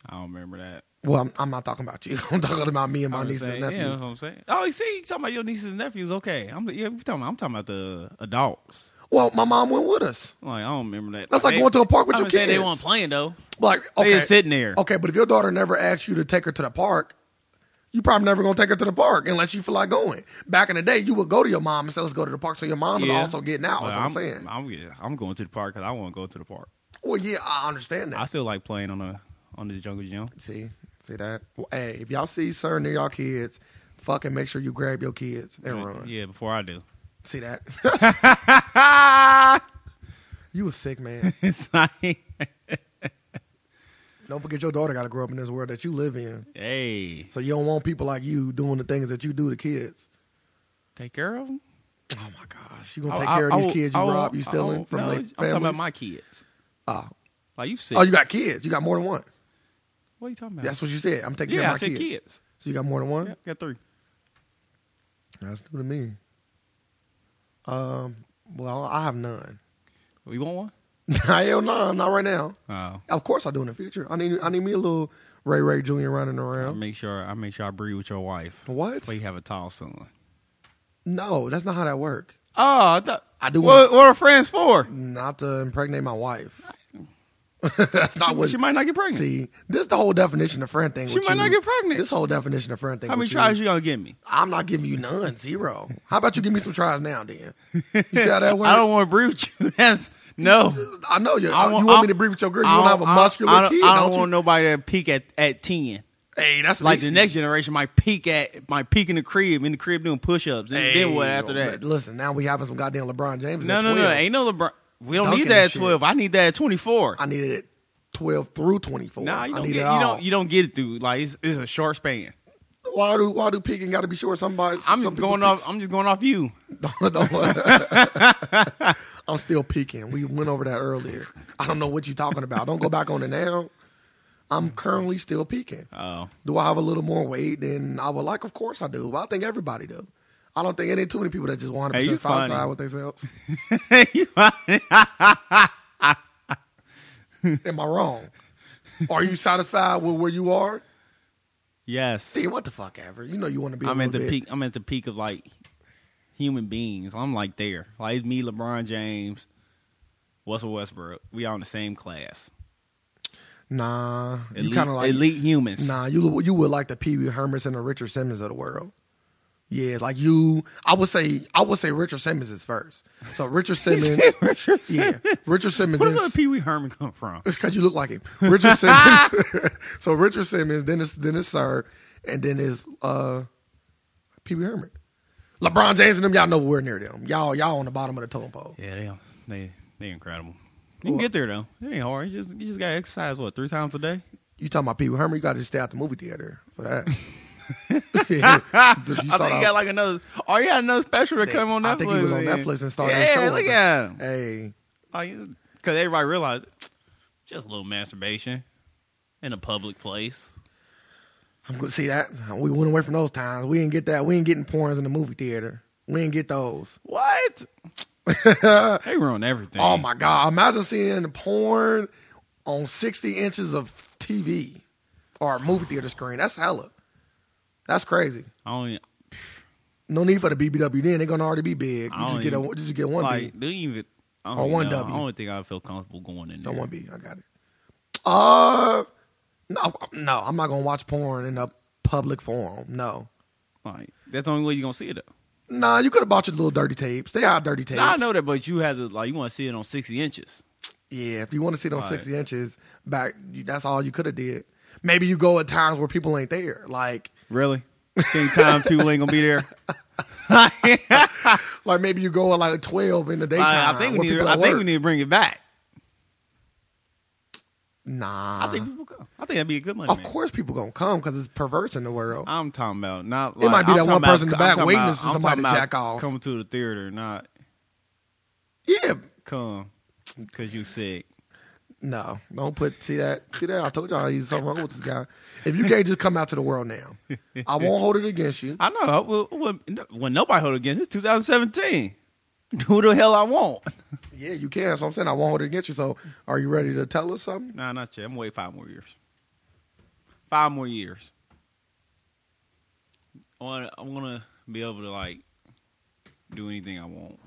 S1: I don't remember that.
S2: Well, I'm, I'm not talking about you. I'm talking about me and my
S1: I'm
S2: nieces
S1: saying-
S2: and
S1: Yeah,
S2: nephews.
S1: that's what I'm saying. Oh, you see, you talking about your nieces and nephews? Okay, I'm yeah. We talking. About, I'm talking about the adults.
S2: Well, my mom went with us.
S1: Like I don't remember that.
S2: That's like going to a park with
S1: I
S2: your
S1: would say They
S2: kids.
S1: weren't playing though.
S2: Like
S1: They
S2: okay, Oh,
S1: just sitting there.
S2: Okay, but if your daughter never asked you to take her to the park, you probably never gonna take her to the park unless you feel like going. Back in the day, you would go to your mom and say, "Let's go to the park." So your mom is
S1: Yeah.
S2: also getting out.
S1: But
S2: That's what I'm saying.
S1: I'm, yeah, I'm going to the park because I want to go to the park.
S2: well, yeah, I understand that.
S1: I still like playing on the on the jungle gym.
S2: See, see that. Well, hey, if y'all see sir near y'all kids, fucking make sure you grab your kids and run.
S1: Yeah, before I do.
S2: See that? you a sick man.
S1: It's like,
S2: Don't forget your daughter got to grow up in this world that you live in.
S1: hey,
S2: So you don't want people like you doing the things that you do to kids.
S1: take care of them.
S2: Oh my gosh, you gonna take care of these kids you rob, you stealing from
S1: oh, no,
S2: their
S1: I'm talking about
S2: families?
S1: my kids.
S2: oh.
S1: Like you said,
S2: oh, you got kids. You got more than one.
S1: what are you talking about?
S2: That's what you said. I'm taking
S1: yeah,
S2: care
S1: I
S2: of my
S1: said
S2: kids.
S1: kids.
S2: So you got more than one.
S1: Yeah, got three.
S2: That's new to me. Um. Well, I have none.
S1: Oh, You want one?
S2: Hell no, not right now.
S1: Oh,
S2: Of course, I do in the future. I need I need me a little Ray Ray Junior running
S1: I
S2: around.
S1: make sure I make sure I breed with your wife.
S2: Oh, What?
S1: So you have a tall son.
S2: No, that's not how that works.
S1: Oh, I, thought,
S2: I do
S1: What, what are friends for?
S2: Not to impregnate my wife. that's not what.
S1: She might not get pregnant.
S2: See, this is the whole definition of friend thing.
S1: She
S2: with
S1: might
S2: you.
S1: not get pregnant.
S2: This whole definition of friend thing.
S1: How many
S2: with you.
S1: tries you gonna give me?
S2: I'm not giving you none, zero. How about you give me some tries now, then? You see how that works?
S1: I don't want to breed with you. That's no.
S2: I know you.
S1: I
S2: you
S1: want-
S2: want
S1: I-
S2: me to breed with your girl? You
S1: I
S2: want to have a
S1: I-
S2: muscular
S1: I don't,
S2: kid?
S1: I
S2: don't
S1: don't,
S2: you?
S1: want nobody to peak at, at ten.
S2: Hey, that's
S1: Like the
S2: beastie.
S1: next generation might peak at might peak in the crib in the crib doing push ups. And then what
S2: Hey,
S1: after that?
S2: Listen, now we having some goddamn LeBron James.
S1: No,
S2: at
S1: no, no.
S2: 12.
S1: Ain't no LeBron. We don't
S2: Dunking
S1: need that
S2: and
S1: at
S2: shit.
S1: twelve. I need that at twenty four.
S2: I needed it 12 through 24.
S1: Nah, you
S2: I
S1: don't
S2: need
S1: get
S2: it
S1: you
S2: all.
S1: don't you don't get it through. Like it's, it's a short span.
S2: why do why do picking got to be short? Somebody,
S1: I'm
S2: some
S1: just
S2: people
S1: going
S2: picks-
S1: off. I'm just going off you.
S2: Don't- don't- I'm still peeking. We went over that earlier. I don't know what you're talking about. Don't go back on it now. I'm currently still peeking.
S1: Oh,
S2: Do I have a little more weight than I would like? Of course I do. But I think everybody do. I don't think any too many people that just 100
S1: Hey, you
S2: percent
S1: funny.
S2: outside with themselves.
S1: I
S2: Am I wrong? Are you satisfied with where you are?
S1: yes,
S2: See what the fuck ever. You know you want to be. i
S1: I'm at the
S2: bit.
S1: peak. I'm at the peak of like human beings. I'm like there. Like it's me, LeBron James, Russell Westbrook. We all in the same class.
S2: Nah, you
S1: Elite,
S2: kind of like
S1: elite humans.
S2: Nah, you you would like the Pee Wee Hermans and the Richard Simmons of the world. Yeah, like you, I would say I would say Richard Simmons is first. So Richard Simmons,
S1: Richard
S2: yeah,
S1: Simmons.
S2: Richard Simmons.
S1: Where does
S2: Then,
S1: Pee Wee Herman come from?
S2: because you look like him, Richard Simmons. so Richard Simmons, then it's then it's Sir, and then it's uh, Pee Wee Herman. LeBron James and them, y'all nowhere near them. Y'all, y'all on the bottom of the totem pole.
S1: Yeah, they they they incredible. You can get there though. It ain't hard. You just you just gotta exercise what three times a day.
S2: You talking about Pee Wee Herman? You got to just stay out the movie theater for that.
S1: I
S2: yeah. Did
S1: think
S2: you
S1: he
S2: start out-
S1: got like another. Oh, he had another special to
S2: They-
S1: come on Netflix.
S2: I think he was on
S1: man.
S2: Netflix and started his
S1: Yeah,
S2: show or
S1: look
S2: something.
S1: at him.
S2: hey,
S1: Like, cause everybody realized just a little masturbation in a public place.
S2: I'm gonna see that. We went away from those times. We didn't get that. We ain't getting porns in the movie theater. We didn't get those.
S1: What? they ruin everything.
S2: Oh my god! Imagine seeing porn on 60 inches of TV or a movie theater screen. That's hella. That's crazy.
S1: I don't e, even,
S2: No need for the BBW. Then they're gonna already be big.
S1: I
S2: You just
S1: don't
S2: get a,
S1: even-
S2: just get one
S1: like
S2: B.
S1: don't even. I don't
S2: Or
S1: even
S2: one
S1: know.
S2: W.
S1: I don't think I feel comfortable going in
S2: No
S1: there.
S2: one B. I got it. Uh, no, no. I'm not gonna watch porn in a public forum. No.
S1: Like that's the only way you're gonna see it though.
S2: Nah, you could have bought your little dirty tapes. They have dirty tapes.
S1: Now, I know that, but you have to like you want to see it on sixty inches.
S2: Yeah, if you want to sit on
S1: Right.
S2: sixty inches back, you, that's all you could have did. Maybe you go at times where people ain't there. Like,
S1: Really? Think time two ain't gonna be there.
S2: like maybe you go at like twelve in the daytime.
S1: I, I think we
S2: where
S1: need.
S2: people
S1: I
S2: at
S1: think we
S2: work.
S1: need to bring it back.
S2: Nah,
S1: I think people go. I think that'd be a good money.
S2: Uh-huh. of
S1: man.
S2: course people gonna come because it's perverse in the world.
S1: I'm talking about not.
S2: It
S1: Like,
S2: might be
S1: I'm
S2: that
S1: talking
S2: one person in the
S1: about-
S2: back
S1: I'm talking
S2: waiting
S1: about-
S2: for
S1: I'm
S2: somebody to
S1: talking about
S2: jack off.
S1: Come to the theater, not
S2: yeah,
S1: come because you sick.
S2: no, don't put see that see that. I told y'all he's something wrong with this guy. If you can't just come out to the world now, I won't hold it against you.
S1: I know. When, when- when nobody hold against it, it's 2017. Who the hell I want?
S2: Yeah, you can. So I'm saying I won't hold it against you. So are you ready to tell us something?
S1: Nah, not yet. I'm gonna wait five more years. Five more years. I wanna, I wanna be able to like do anything I want.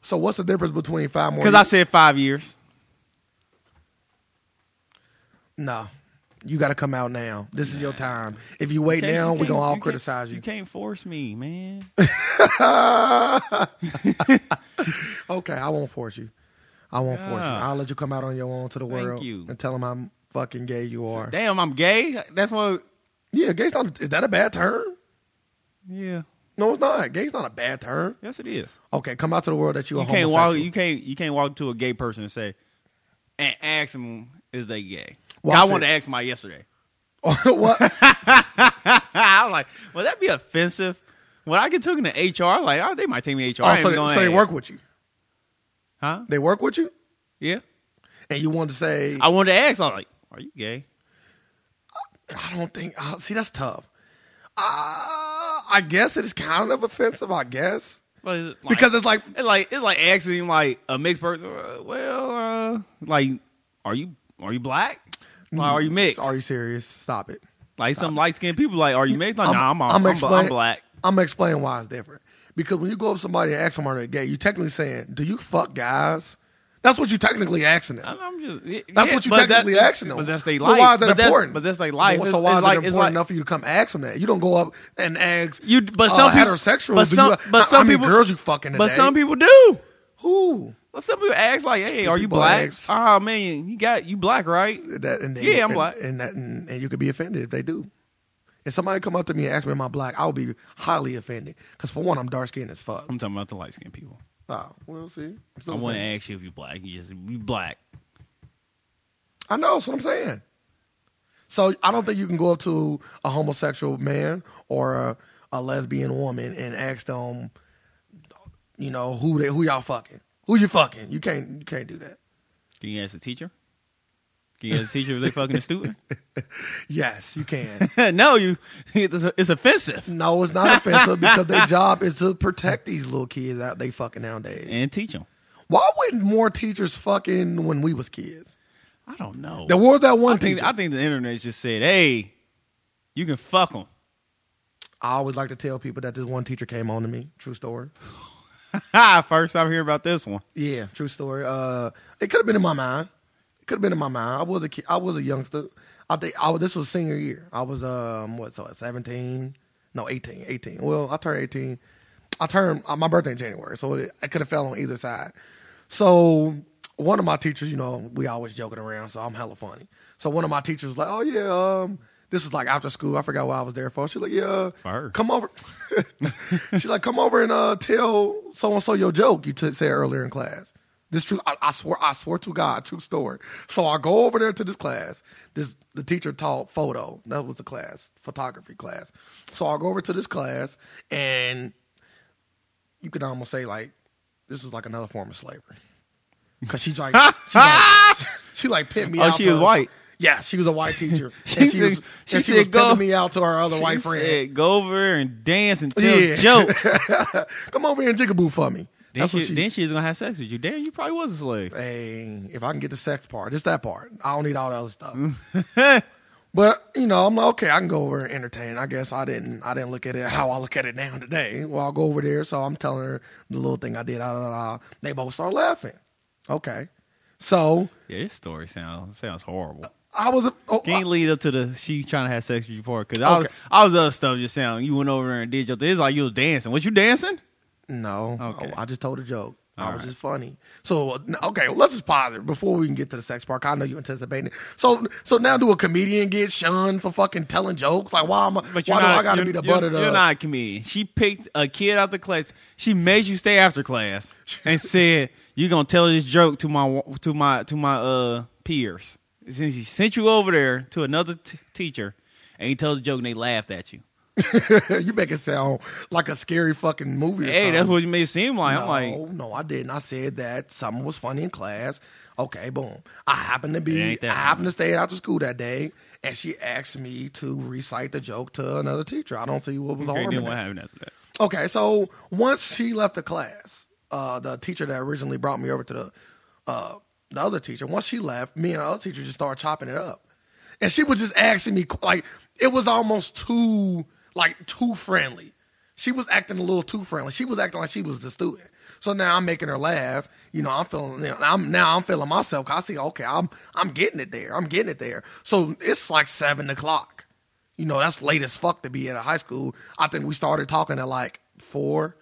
S2: So what's the difference between five more?
S1: Because I
S2: years-
S1: said five years.
S2: No. You got to come out now. This is your time. If you wait
S1: Can't-
S2: now,
S1: you
S2: we're
S1: can't-
S2: going to all
S1: can't-
S2: criticize you.
S1: You can't force me, man.
S2: Okay, I won't force you. I won't force you.
S1: Yeah.
S2: I'll let you come out on your own to the
S1: Thank
S2: world
S1: you.
S2: and tell them how fucking gay you are.
S1: Damn, I'm gay. That's what.
S2: yeah, gay's not. Is that a bad term?
S1: Yeah.
S2: No, it's not. Gay's not a bad term.
S1: Yes, it is.
S2: Okay, come out to the world that you are
S1: You can't
S2: homosexual.
S1: walk. You can't. You can't walk to a gay person and say, and ask them is they gay.
S2: Well, I
S1: I,
S2: said-
S1: wanted to ask my yesterday.
S2: what?
S1: I was like, would that be offensive? When I get taken to HR, I was like, oh, they might take me to HR. I
S2: Oh,
S1: ain't
S2: so,
S1: even
S2: they,
S1: gonna
S2: so they
S1: ask.
S2: work with you.
S1: Huh?
S2: They work with you,
S1: Yeah.
S2: and you want to say,
S1: I wanted to ask. I was like, are you gay?
S2: I don't think. Uh, see, that's tough. Uh, I guess it is kind of offensive. I guess
S1: But it's like-
S2: because it's like
S1: It's like it's like asking like a mixed person. uh, Well, uh, like, are you are you black? Like, are you mixed?
S2: Are you serious? Stop it.
S1: like some light skinned people like, are you mixed? Like, nah, I'm, I'm, I'm, bla-
S2: explain-
S1: I'm black.
S2: I'm explaining why it's different. Because when you go up to somebody and ask them are they gay, you're technically saying, "Do you fuck guys?" That's what you're technically asking
S1: I'm-
S2: them.
S1: I'm just. y-
S2: That's
S1: yeah,
S2: what you
S1: but
S2: technically
S1: that,
S2: asking them.
S1: But that's their
S2: But
S1: life.
S2: why is that
S1: But that's-
S2: important?
S1: But that's their life. It's-
S2: So why is
S1: it's
S2: it
S1: like- it's
S2: important
S1: like-
S2: enough for you to come ask them that? You don't go up and ask
S1: You, but
S2: uh,
S1: some people,
S2: heterosexuals.
S1: But
S2: do
S1: some,
S2: you,
S1: but
S2: how-
S1: some
S2: how many
S1: people,
S2: girls you fucking.
S1: But
S2: today?
S1: some people do.
S2: who
S1: But Some people ask like, "Hey, are you
S2: People
S1: black?"
S2: ask.
S1: Ah, man, you got you black, right?
S2: that and
S1: Yeah, I'm
S2: and-
S1: black.
S2: and that and, and you could be offended if they do. If somebody come up to me and ask me am I black, I would be highly offended because for one, I'm dark skinned as fuck.
S1: I'm talking about the light skinned people.
S2: Oh, we'll see.
S1: I want to ask you if you black. You just you black.
S2: I know. That's what I'm saying. So I don't think you can go up to a homosexual man or a, a lesbian woman and ask them, you know, who they, who y'all fucking, who you fucking. You can't you can't do that.
S1: Can you ask the teacher? Can you ask the teacher if they fucking a student?
S2: Yes, you can.
S1: no, you. It's, it's offensive.
S2: no, it's not offensive because their job is to protect these little kids out they fucking nowadays.
S1: And teach them.
S2: Why wouldn't more teachers fucking when we was kids?
S1: I don't know.
S2: There was that
S1: I
S2: one
S1: think
S2: teacher.
S1: I think the internet just said, "Hey, you can fuck them."
S2: I always like to tell people that this one teacher came on to me. True story.
S1: First time hearing about this one.
S2: Yeah, true story. Uh, it could have been in my mind. It could have been in my mind. I was a kid. I was a youngster. I think I was, this was senior year. I was um what so at seventeen? No, 18, 18. Well, I turned eighteen. I turned uh, my birthday in January, so it, I could have fell on either side. So one of my teachers, you know, we always joking around, so I'm hella funny. So one of my teachers was like, "Oh yeah, um, This was like after school. I forgot what I was there for. She's like, yeah,
S1: For her.
S2: come over. She's like, come over and uh, tell so and so your joke you t- said earlier in class. This true. I, I swear. I swear to God, true story. So I go over there to this class. This the teacher taught photo. That was the class, photography class. So I go over to this class, and you could almost say like this was like another form of slavery. Cause she's like, she like, Ah, she like pimped me
S1: Oh,
S2: out.
S1: she
S2: to
S1: was
S2: her-
S1: white.
S2: Yeah, she was a white teacher.
S1: She
S2: and she
S1: said-
S2: was,
S1: she
S2: and she
S1: said,
S2: was
S1: "Go."
S2: pimping me out to our other white
S1: She
S2: friend.
S1: said, go over there and dance and tell
S2: Yeah.
S1: jokes.
S2: Come over here and jigaboo for me.
S1: then,
S2: That's
S1: she,
S2: what she.
S1: then she's gonna have sex with you. Damn, you probably was a slave.
S2: hey, if I can get the sex part, just that part. I don't need all that other stuff. but you know, I'm like, okay, I can go over and entertain. I guess I didn't. I didn't look at it how I look at it now today. Well, I'll go over there. So I'm telling her the little thing I did. Da, da, da. They both start laughing. Okay, so
S1: Yeah, this story sounds sounds horrible.
S2: I was. Oh,
S1: Can't lead up to the she trying to have sex with you part because I was
S2: Okay.
S1: I was other stuff just sound. You went over there and did your thing. It's like you was dancing. What you dancing?
S2: No.
S1: Okay.
S2: I, I just told a joke. I
S1: All
S2: was
S1: right.
S2: just funny. So uh, n- okay, well, let's just pause it before we can get to the sex part. 'cause I know you anticipating it. So so now do a comedian get shunned for fucking telling jokes? Like why am I? Why
S1: But you're
S2: do
S1: not,
S2: I gotta
S1: you're-
S2: be the
S1: you're-
S2: butt of the?
S1: You're not a comedian. She picked a kid out the class. She made you stay after class and said you're gonna tell this joke to my to my to my uh peers. And then she sent you over there to another t- teacher and you told the joke and they laughed at you.
S2: you make it sound like a scary fucking movie. Or
S1: Hey,
S2: something.
S1: that's what you made it seem like.
S2: No,
S1: I'm like,
S2: no, I didn't. I said that something was funny in class. Okay, boom. I happened to
S1: It
S2: be,
S1: ain't
S2: I
S1: that
S2: happened to stay after school that day, and she asked me to recite the joke to another teacher. I don't see what was
S1: okay,
S2: harm in
S1: then what
S2: that.
S1: happened after that?
S2: Okay, so once she left the class, uh, the teacher that originally brought me over to the uh, the other teacher, once she left, me and the other teacher just started chopping it up, and she was just asking me like it was almost too like too friendly. She was acting a little too friendly. She was acting like she was the student. So now I'm making her laugh. You know, I'm feeling. You know, I'm now I'm feeling myself. 'cause I see, okay, I'm I'm getting it there. I'm getting it there. So it's like seven o'clock. You know, that's late as fuck to be in a high school. I think we started talking at like four.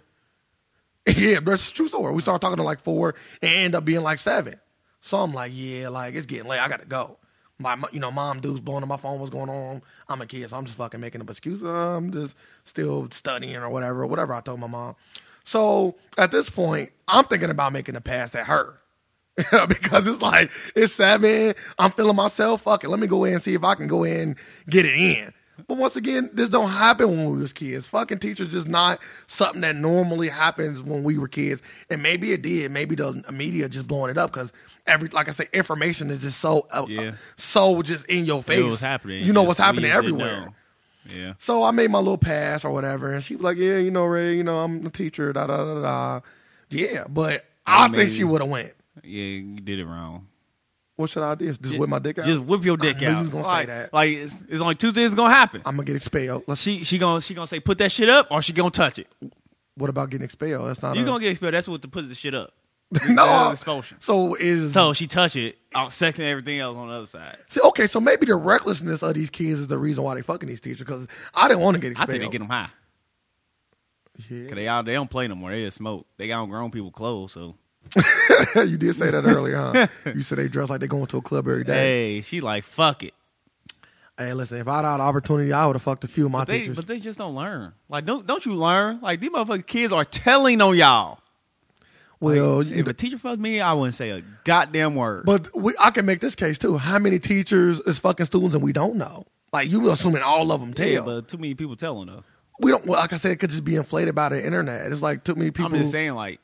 S2: yeah, that's a true story. We started talking at like four and end up being like seven. So I'm like, yeah, like it's getting late. I gotta go. My, mo- you know, mom, dude's blowing up my phone. What's going on? I'm a kid, so I'm just fucking making up excuses. I'm just still studying or whatever, whatever I told my mom. So at this point, I'm thinking about making a pass at her. because it's like it's seven. I'm feeling myself. Fuck it. Let me go in and see if I can go in and get it in. But once again, this don't happen when we was kids. Fucking teachers just not something that normally happens when we were kids. And maybe it did. Maybe the media just blowing it up because every, like I say, information is just so, uh,
S1: Yeah.
S2: so just in your face.
S1: It was happening.
S2: You know
S1: Just
S2: what's happening
S1: we just didn't
S2: everywhere.
S1: know. Yeah.
S2: So I made my little pass or whatever, and she was like, "Yeah, you know, Ray, you know, I'm a teacher." Da da da da. Yeah, but I,
S1: I
S2: think she
S1: mean-
S2: would have went.
S1: Yeah, you did it wrong.
S2: What should I do? Just whip my dick out.
S1: Just whip your dick
S2: I knew
S1: out.
S2: You was gonna
S1: like,
S2: say that. Uh-huh.
S1: like it's, it's only two things gonna happen.
S2: I'm gonna get expelled. Let's,
S1: She she gonna she gonna say put that shit up or she gonna touch it.
S2: what about getting expelled? That's not.
S1: You
S2: a,
S1: gonna get expelled. That's what to put the shit up.
S2: no
S1: that's expulsion.
S2: So is
S1: So she touch it, out sexing everything else on the other side.
S2: see, okay. So maybe the recklessness of these kids is the reason why they fucking these teachers. Because I didn't want to get
S1: I
S2: expelled.
S1: think they get them high. Cause
S2: them.
S1: they all they don't play no more. They just smoke. They got on grown people clothes. So
S2: Yeah. you did say that earlier, huh? you said they dress like they going to a club every day.
S1: hey, she like fuck it.
S2: Hey, listen, if I had the opportunity, I would have fucked a few of my
S1: But they
S2: teachers.
S1: but they just don't learn. Like don't don't you learn? Like these motherfucking kids are telling on y'all.
S2: well, Oh, you
S1: If a teacher fucked me, I wouldn't say a goddamn word.
S2: But we, I can make this case too. How many teachers is fucking students and we don't know? Like you assuming all of them tell.
S1: yeah, but too many people telling though.
S2: we don't. Well, like I said, it could just be inflated by the internet. It's like too many people.
S1: I'm just saying like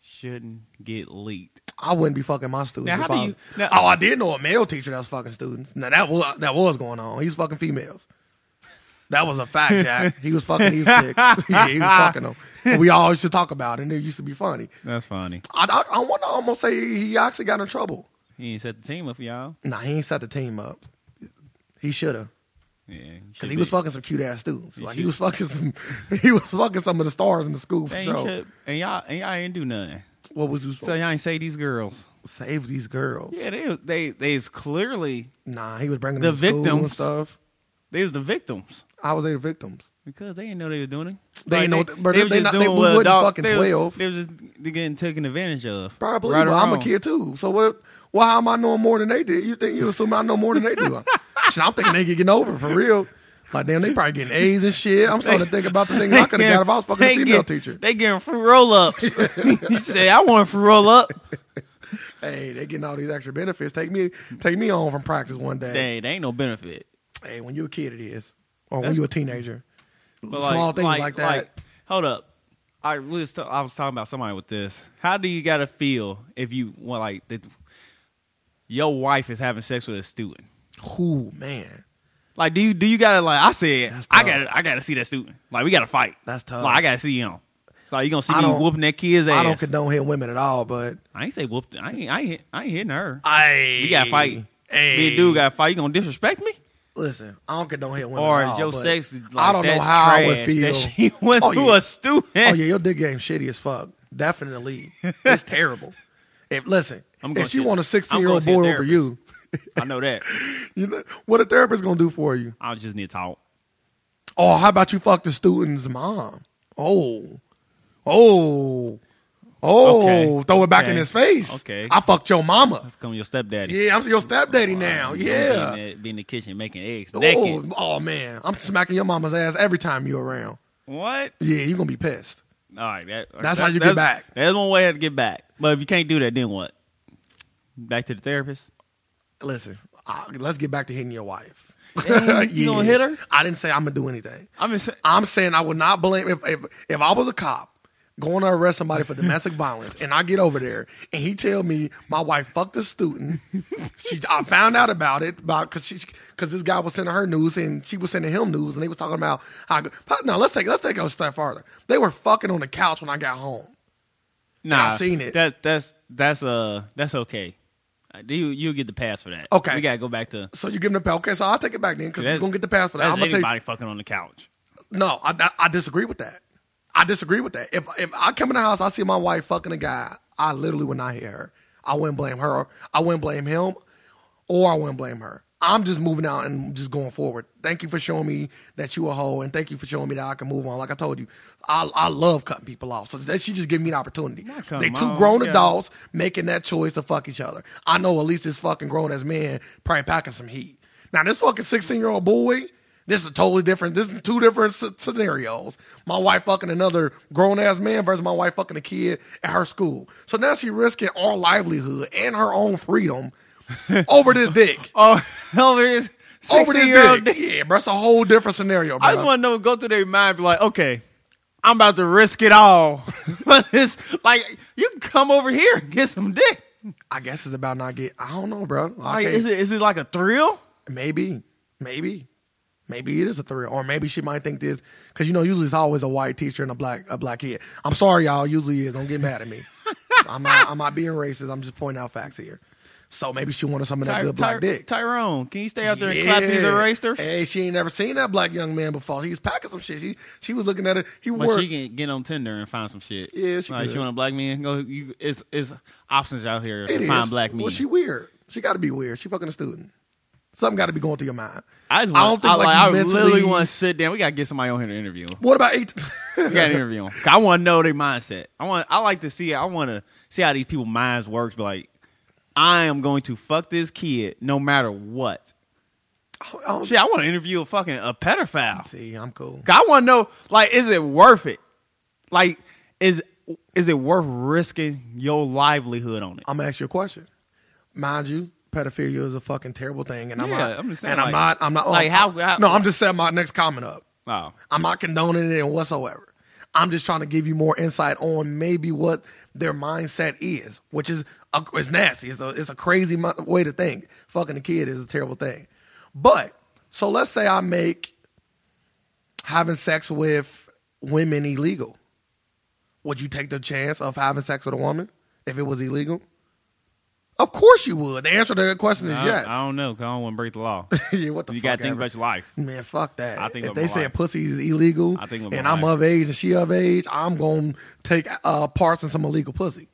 S1: shouldn't get leaked.
S2: I wouldn't be fucking my students.
S1: Now,
S2: if
S1: how do
S2: I-
S1: you- now-
S2: oh, I did know a male teacher that was fucking students. Now that was that was going on. He's fucking females. That was a fact, Jack. he was fucking these chicks. yeah, he was fucking them. And we all used to talk about it, and it used to be funny.
S1: That's funny.
S2: I, I, I want to almost say he actually got in trouble.
S1: He ain't set the team up for y'all.
S2: Nah, he ain't set the team up. He should have.
S1: Yeah,
S2: Cause he was fucking some cute ass students. Like he was fucking some, he was fucking some of the stars in the school for
S1: And,
S2: sure.
S1: and y'all and y'all ain't do nothing.
S2: What was you
S1: So
S2: supposed
S1: y'all ain't say these girls.
S2: save these girls?
S1: Yeah, they they they is clearly
S2: Nah, he was bringing
S1: The
S2: them to school and
S1: victims.
S2: stuff.
S1: they was the victims
S2: I was their victims.
S1: because they didn't know they were doing it.
S2: They ain't know- but
S1: was just
S2: they not- they
S1: doing what
S2: wasn't
S1: adult-
S2: fucking
S1: they was-
S2: 12.
S1: They was just they getting taken advantage of.
S2: Probably.
S1: Right or
S2: but I'm a
S1: wrong.
S2: kid too. So what? Why am I knowing more than they did? You think you assume I know more than they do? Shit, I'm thinking they get getting over it for real. Like damn, they probably getting A's and shit. I'm starting to think about the things I could have got if I was fucking a
S1: They
S2: female
S1: get-
S2: teacher.
S1: They getting fruit roll ups. you say I want a fruit roll up.
S2: Hey, they getting all these extra benefits. Take me, take me home from practice one day.
S1: Dang, they ain't no benefit.
S2: Hey, when you a kid, it is, or when
S1: That's-
S2: you a teenager.
S1: But
S2: Small things like that.
S1: hold up. I was, t- I was talking about somebody with this. How do you gotta feel if you want like the, your wife is having sex with a student?
S2: Who man?
S1: Like, do you do you gotta like? I said,
S2: That's
S1: I
S2: tough.
S1: gotta I gotta see that student. Like, we gotta fight.
S2: That's tough.
S1: Like, I gotta see him. So you gonna see
S2: I
S1: me
S2: don't-
S1: whooping that kid's ass?
S2: I don't condone hitting women at all, but
S1: I ain't say whooped. I ain't I ain't, hit- I ain't hitting her.
S2: I
S1: we gotta fight.
S2: Hey,
S1: Me and dude gotta fight. You gonna disrespect me?
S2: Listen, I don't condone hitting women
S1: Or
S2: at all.
S1: is your
S2: but
S1: sex? Like,
S2: I don't know
S1: that's
S2: how I would
S1: trash
S2: feel.
S1: That she went
S2: Oh,
S1: to
S2: yeah.
S1: a student.
S2: oh yeah, your dick game shitty as fuck. Definitely, it's terrible. If listen,
S1: I'm going
S2: if you
S1: to-
S2: want a
S1: I'm
S2: 16 year old
S1: going to
S2: boy
S1: a
S2: over you,
S1: I know that.
S2: you know what a therapist gonna do for you?
S1: I just need to talk.
S2: Oh, how about you fuck the student's mom? Oh, oh, oh!
S1: Okay.
S2: Throw it back in
S1: Okay.
S2: his face.
S1: Okay.
S2: I fucked your mama.
S1: Become your stepdaddy.
S2: Yeah, I'm your stepdaddy now.
S1: I'm
S2: Yeah.
S1: Be in, the, be in the kitchen making eggs
S2: Oh,
S1: naked.
S2: oh man, I'm smacking your mama's ass every time you're around.
S1: What?
S2: Yeah, you're gonna be pissed.
S1: All right. That,
S2: That's how you get
S1: that's-
S2: back.
S1: That's one way to get back. But if you can't do that, then what? Back to the therapist.
S2: Listen, uh, let's get back to hitting your wife.
S1: Hey, you gonna hit her?
S2: I didn't say I'm gonna do anything.
S1: I'm just.
S2: I'm saying I would not blame if if, if I was a cop going to arrest somebody for domestic violence and I get over there and he tell me my wife fucked a student. she I found out about it about cause she cause this guy was sending her news and she was sending him news and they was talking about how no let's take let's take it a step farther. They were fucking on the couch when I got home.
S1: Nah,
S2: I seen it.
S1: That that's that's uh that's okay. Uh, You you get the pass for that.
S2: Okay.
S1: We gotta go back to.
S2: So you give him the pass. Okay, so I'll take it back then because you're
S1: That's-
S2: gonna get the pass for that.
S1: That's
S2: I'm gonna take
S1: anybody fucking on the couch.
S2: No, I, I- I disagree with that. I disagree with that. If if I come in the house, I see my wife fucking a guy, I literally would not hit her. I wouldn't blame her. I wouldn't blame him, or I wouldn't blame her. I'm just moving out and just going forward. Thank you for showing me that you a hoe, and thank you for showing me that I can move on. Like I told you, I I love cutting people off. So that she just gave me an opportunity.
S1: cutting
S2: They
S1: them
S2: two
S1: off,
S2: grown
S1: yeah.
S2: adults making that choice to fuck each other. I know at least this fucking grown ass man probably packing some heat. Now this fucking sixteen year old boy, this is totally different. This is two different s- scenarios. My wife fucking another grown ass man versus my wife fucking a kid at her school. So now she risking our livelihood and her own freedom over this dick.
S1: Oh, over this
S2: over this
S1: sixteen year old.
S2: dick. Yeah, bro, it's a whole different scenario, bro.
S1: I just want to know, go through their mind, be like, okay, I'm about to risk it all. But it's like you can come over here and get some dick.
S2: I guess it's about not get. I don't know, bro. I
S1: Like,
S2: can't-
S1: is it is it like a thrill?
S2: Maybe, maybe, maybe it is a thrill, or maybe she might think this because you know usually it's always a white teacher and a black a black kid. I'm sorry, y'all. Usually is. Don't get mad at me. I'm not. I'm not being racist. I'm just pointing out facts here. So maybe she wanted some of that
S1: Ty-
S2: good
S1: Ty-
S2: black dick.
S1: Tyrone, can you stay out there and clap these
S2: Yeah.
S1: erasers?
S2: Hey, she ain't never seen that black young man before. He was packing some shit. She she was looking at it. He
S1: But
S2: wore.
S1: she can get on Tinder and find some shit.
S2: Yeah, she
S1: like,
S2: could.
S1: She want a black man? Go. You, it's it's options out here
S2: it
S1: to
S2: is.
S1: find black men.
S2: Well, she weird. She got to be weird. She fucking a student. Something got to be going through your mind.
S1: I just
S2: I
S1: want,
S2: don't think,
S1: I,
S2: like,
S1: like,
S2: you
S1: I
S2: mentally-
S1: literally want to sit down. We gotta get somebody on here to interview. 'em.
S2: What about eight?
S1: We gotta interview 'em. 'Cause I want to know their mindset. I want. I like to see. I want to see how these people minds works. But like, I am going to fuck this kid no matter what. Shit, I want to interview a fucking a pedophile.
S2: See, I'm cool.
S1: 'Cause I want to know like, is it worth it? Like, is is it worth risking your livelihood on it?
S2: I'm gonna ask you a question. Mind you, pedophilia is a fucking terrible thing, and I'm
S1: Yeah,
S2: not.
S1: I'm just saying,
S2: and I'm
S1: like-
S2: not. I'm not. oh,
S1: like, how- how-
S2: No, I'm just setting my next comment up.
S1: Oh,
S2: I'm not condoning it whatsoever. I'm just trying to give you more insight on maybe what their mindset is, which is a, it's nasty. It's a it's a crazy mi- way to think. Fucking a kid is a terrible thing. But so let's say I make having sex with women illegal. Would you take the chance of having sex with a woman if it was illegal? Of course you would. The answer to that question is
S1: I,
S2: yes.
S1: I don't know. 'cause I don't want to break the law.
S2: yeah, what the
S1: you
S2: fuck?
S1: got to think
S2: ever.
S1: about your life.
S2: Man, fuck that.
S1: I think
S2: if
S1: with
S2: they
S1: my
S2: say
S1: life.
S2: pussy is illegal
S1: I think with
S2: and
S1: my
S2: I'm
S1: life.
S2: of age and she of age, I'm going to take uh, parts in some illegal pussy.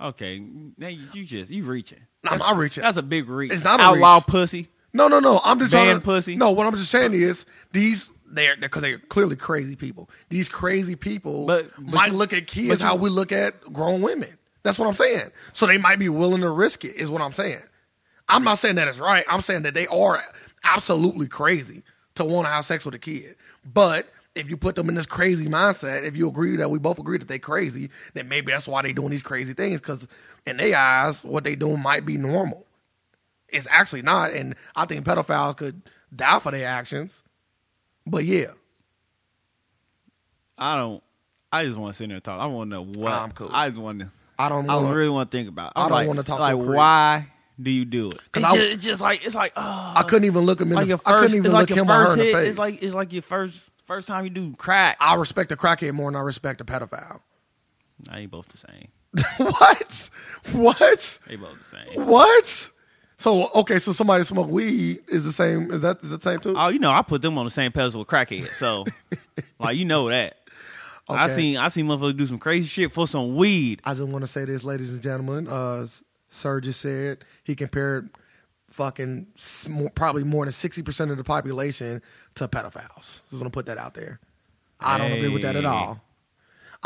S1: Okay, now you, you just you reaching.
S2: I'm not reaching.
S1: That's a big reach.
S2: It's not a
S1: outlaw
S2: reach.
S1: pussy.
S2: No, no, no. I'm just
S1: Ban
S2: trying to,
S1: pussy.
S2: No, what I'm just saying is these they're because they're clearly crazy people. These crazy people
S1: But- but
S2: might
S1: you-
S2: look at
S1: but
S2: kids
S1: you-
S2: how we look at grown women. That's what I'm saying. So they might be willing to risk it. Is what I'm saying. I'm not saying that it's right. I'm saying that they are absolutely crazy to want to have sex with a kid. But if you put them in this crazy mindset, if you agree that we both agree that they crazy, then maybe that's why they doing these crazy things because in their eyes, what they doing might be normal. It's actually not, and I think pedophiles could die for their actions. But yeah,
S1: I don't. I just want to sit there and talk. I want to know what.
S2: I'm cool.
S1: I just want to.
S2: I don't.
S1: I
S2: wanna-
S1: really want to think about. It.
S2: I
S1: I'm
S2: don't
S1: like,
S2: wanna talk
S1: Like,
S2: to a creep.
S1: why do you do it?
S2: 'Cause
S1: It's,
S2: I-
S1: just, it's just like it's like oh,
S2: I couldn't even look him in.
S1: like
S2: the,
S1: your
S2: f- I couldn't
S1: first.
S2: even
S1: It's like
S2: look
S1: your
S2: him or her
S1: first
S2: in the
S1: hit.
S2: face.
S1: It's like it's like your first first time you do crack.
S2: I respect the crackhead more than I respect the pedophile.
S1: Nah, they both the same.
S2: what? What?
S1: They both the same.
S2: What? So okay, so somebody smoke weed is the same. Is that is that the same too?
S1: Oh, you know, I put them on the same pedestal with crackhead. So, like, you know that. I
S2: Okay.
S1: seen I seen motherfuckers do some crazy shit for some weed.
S2: I just want to say this, ladies and gentlemen. Uh, Sir just said he compared fucking s- more, probably more than sixty percent of the population to pedophiles. Just want to put that out there. I don't agree with that at
S1: Hey.
S2: all.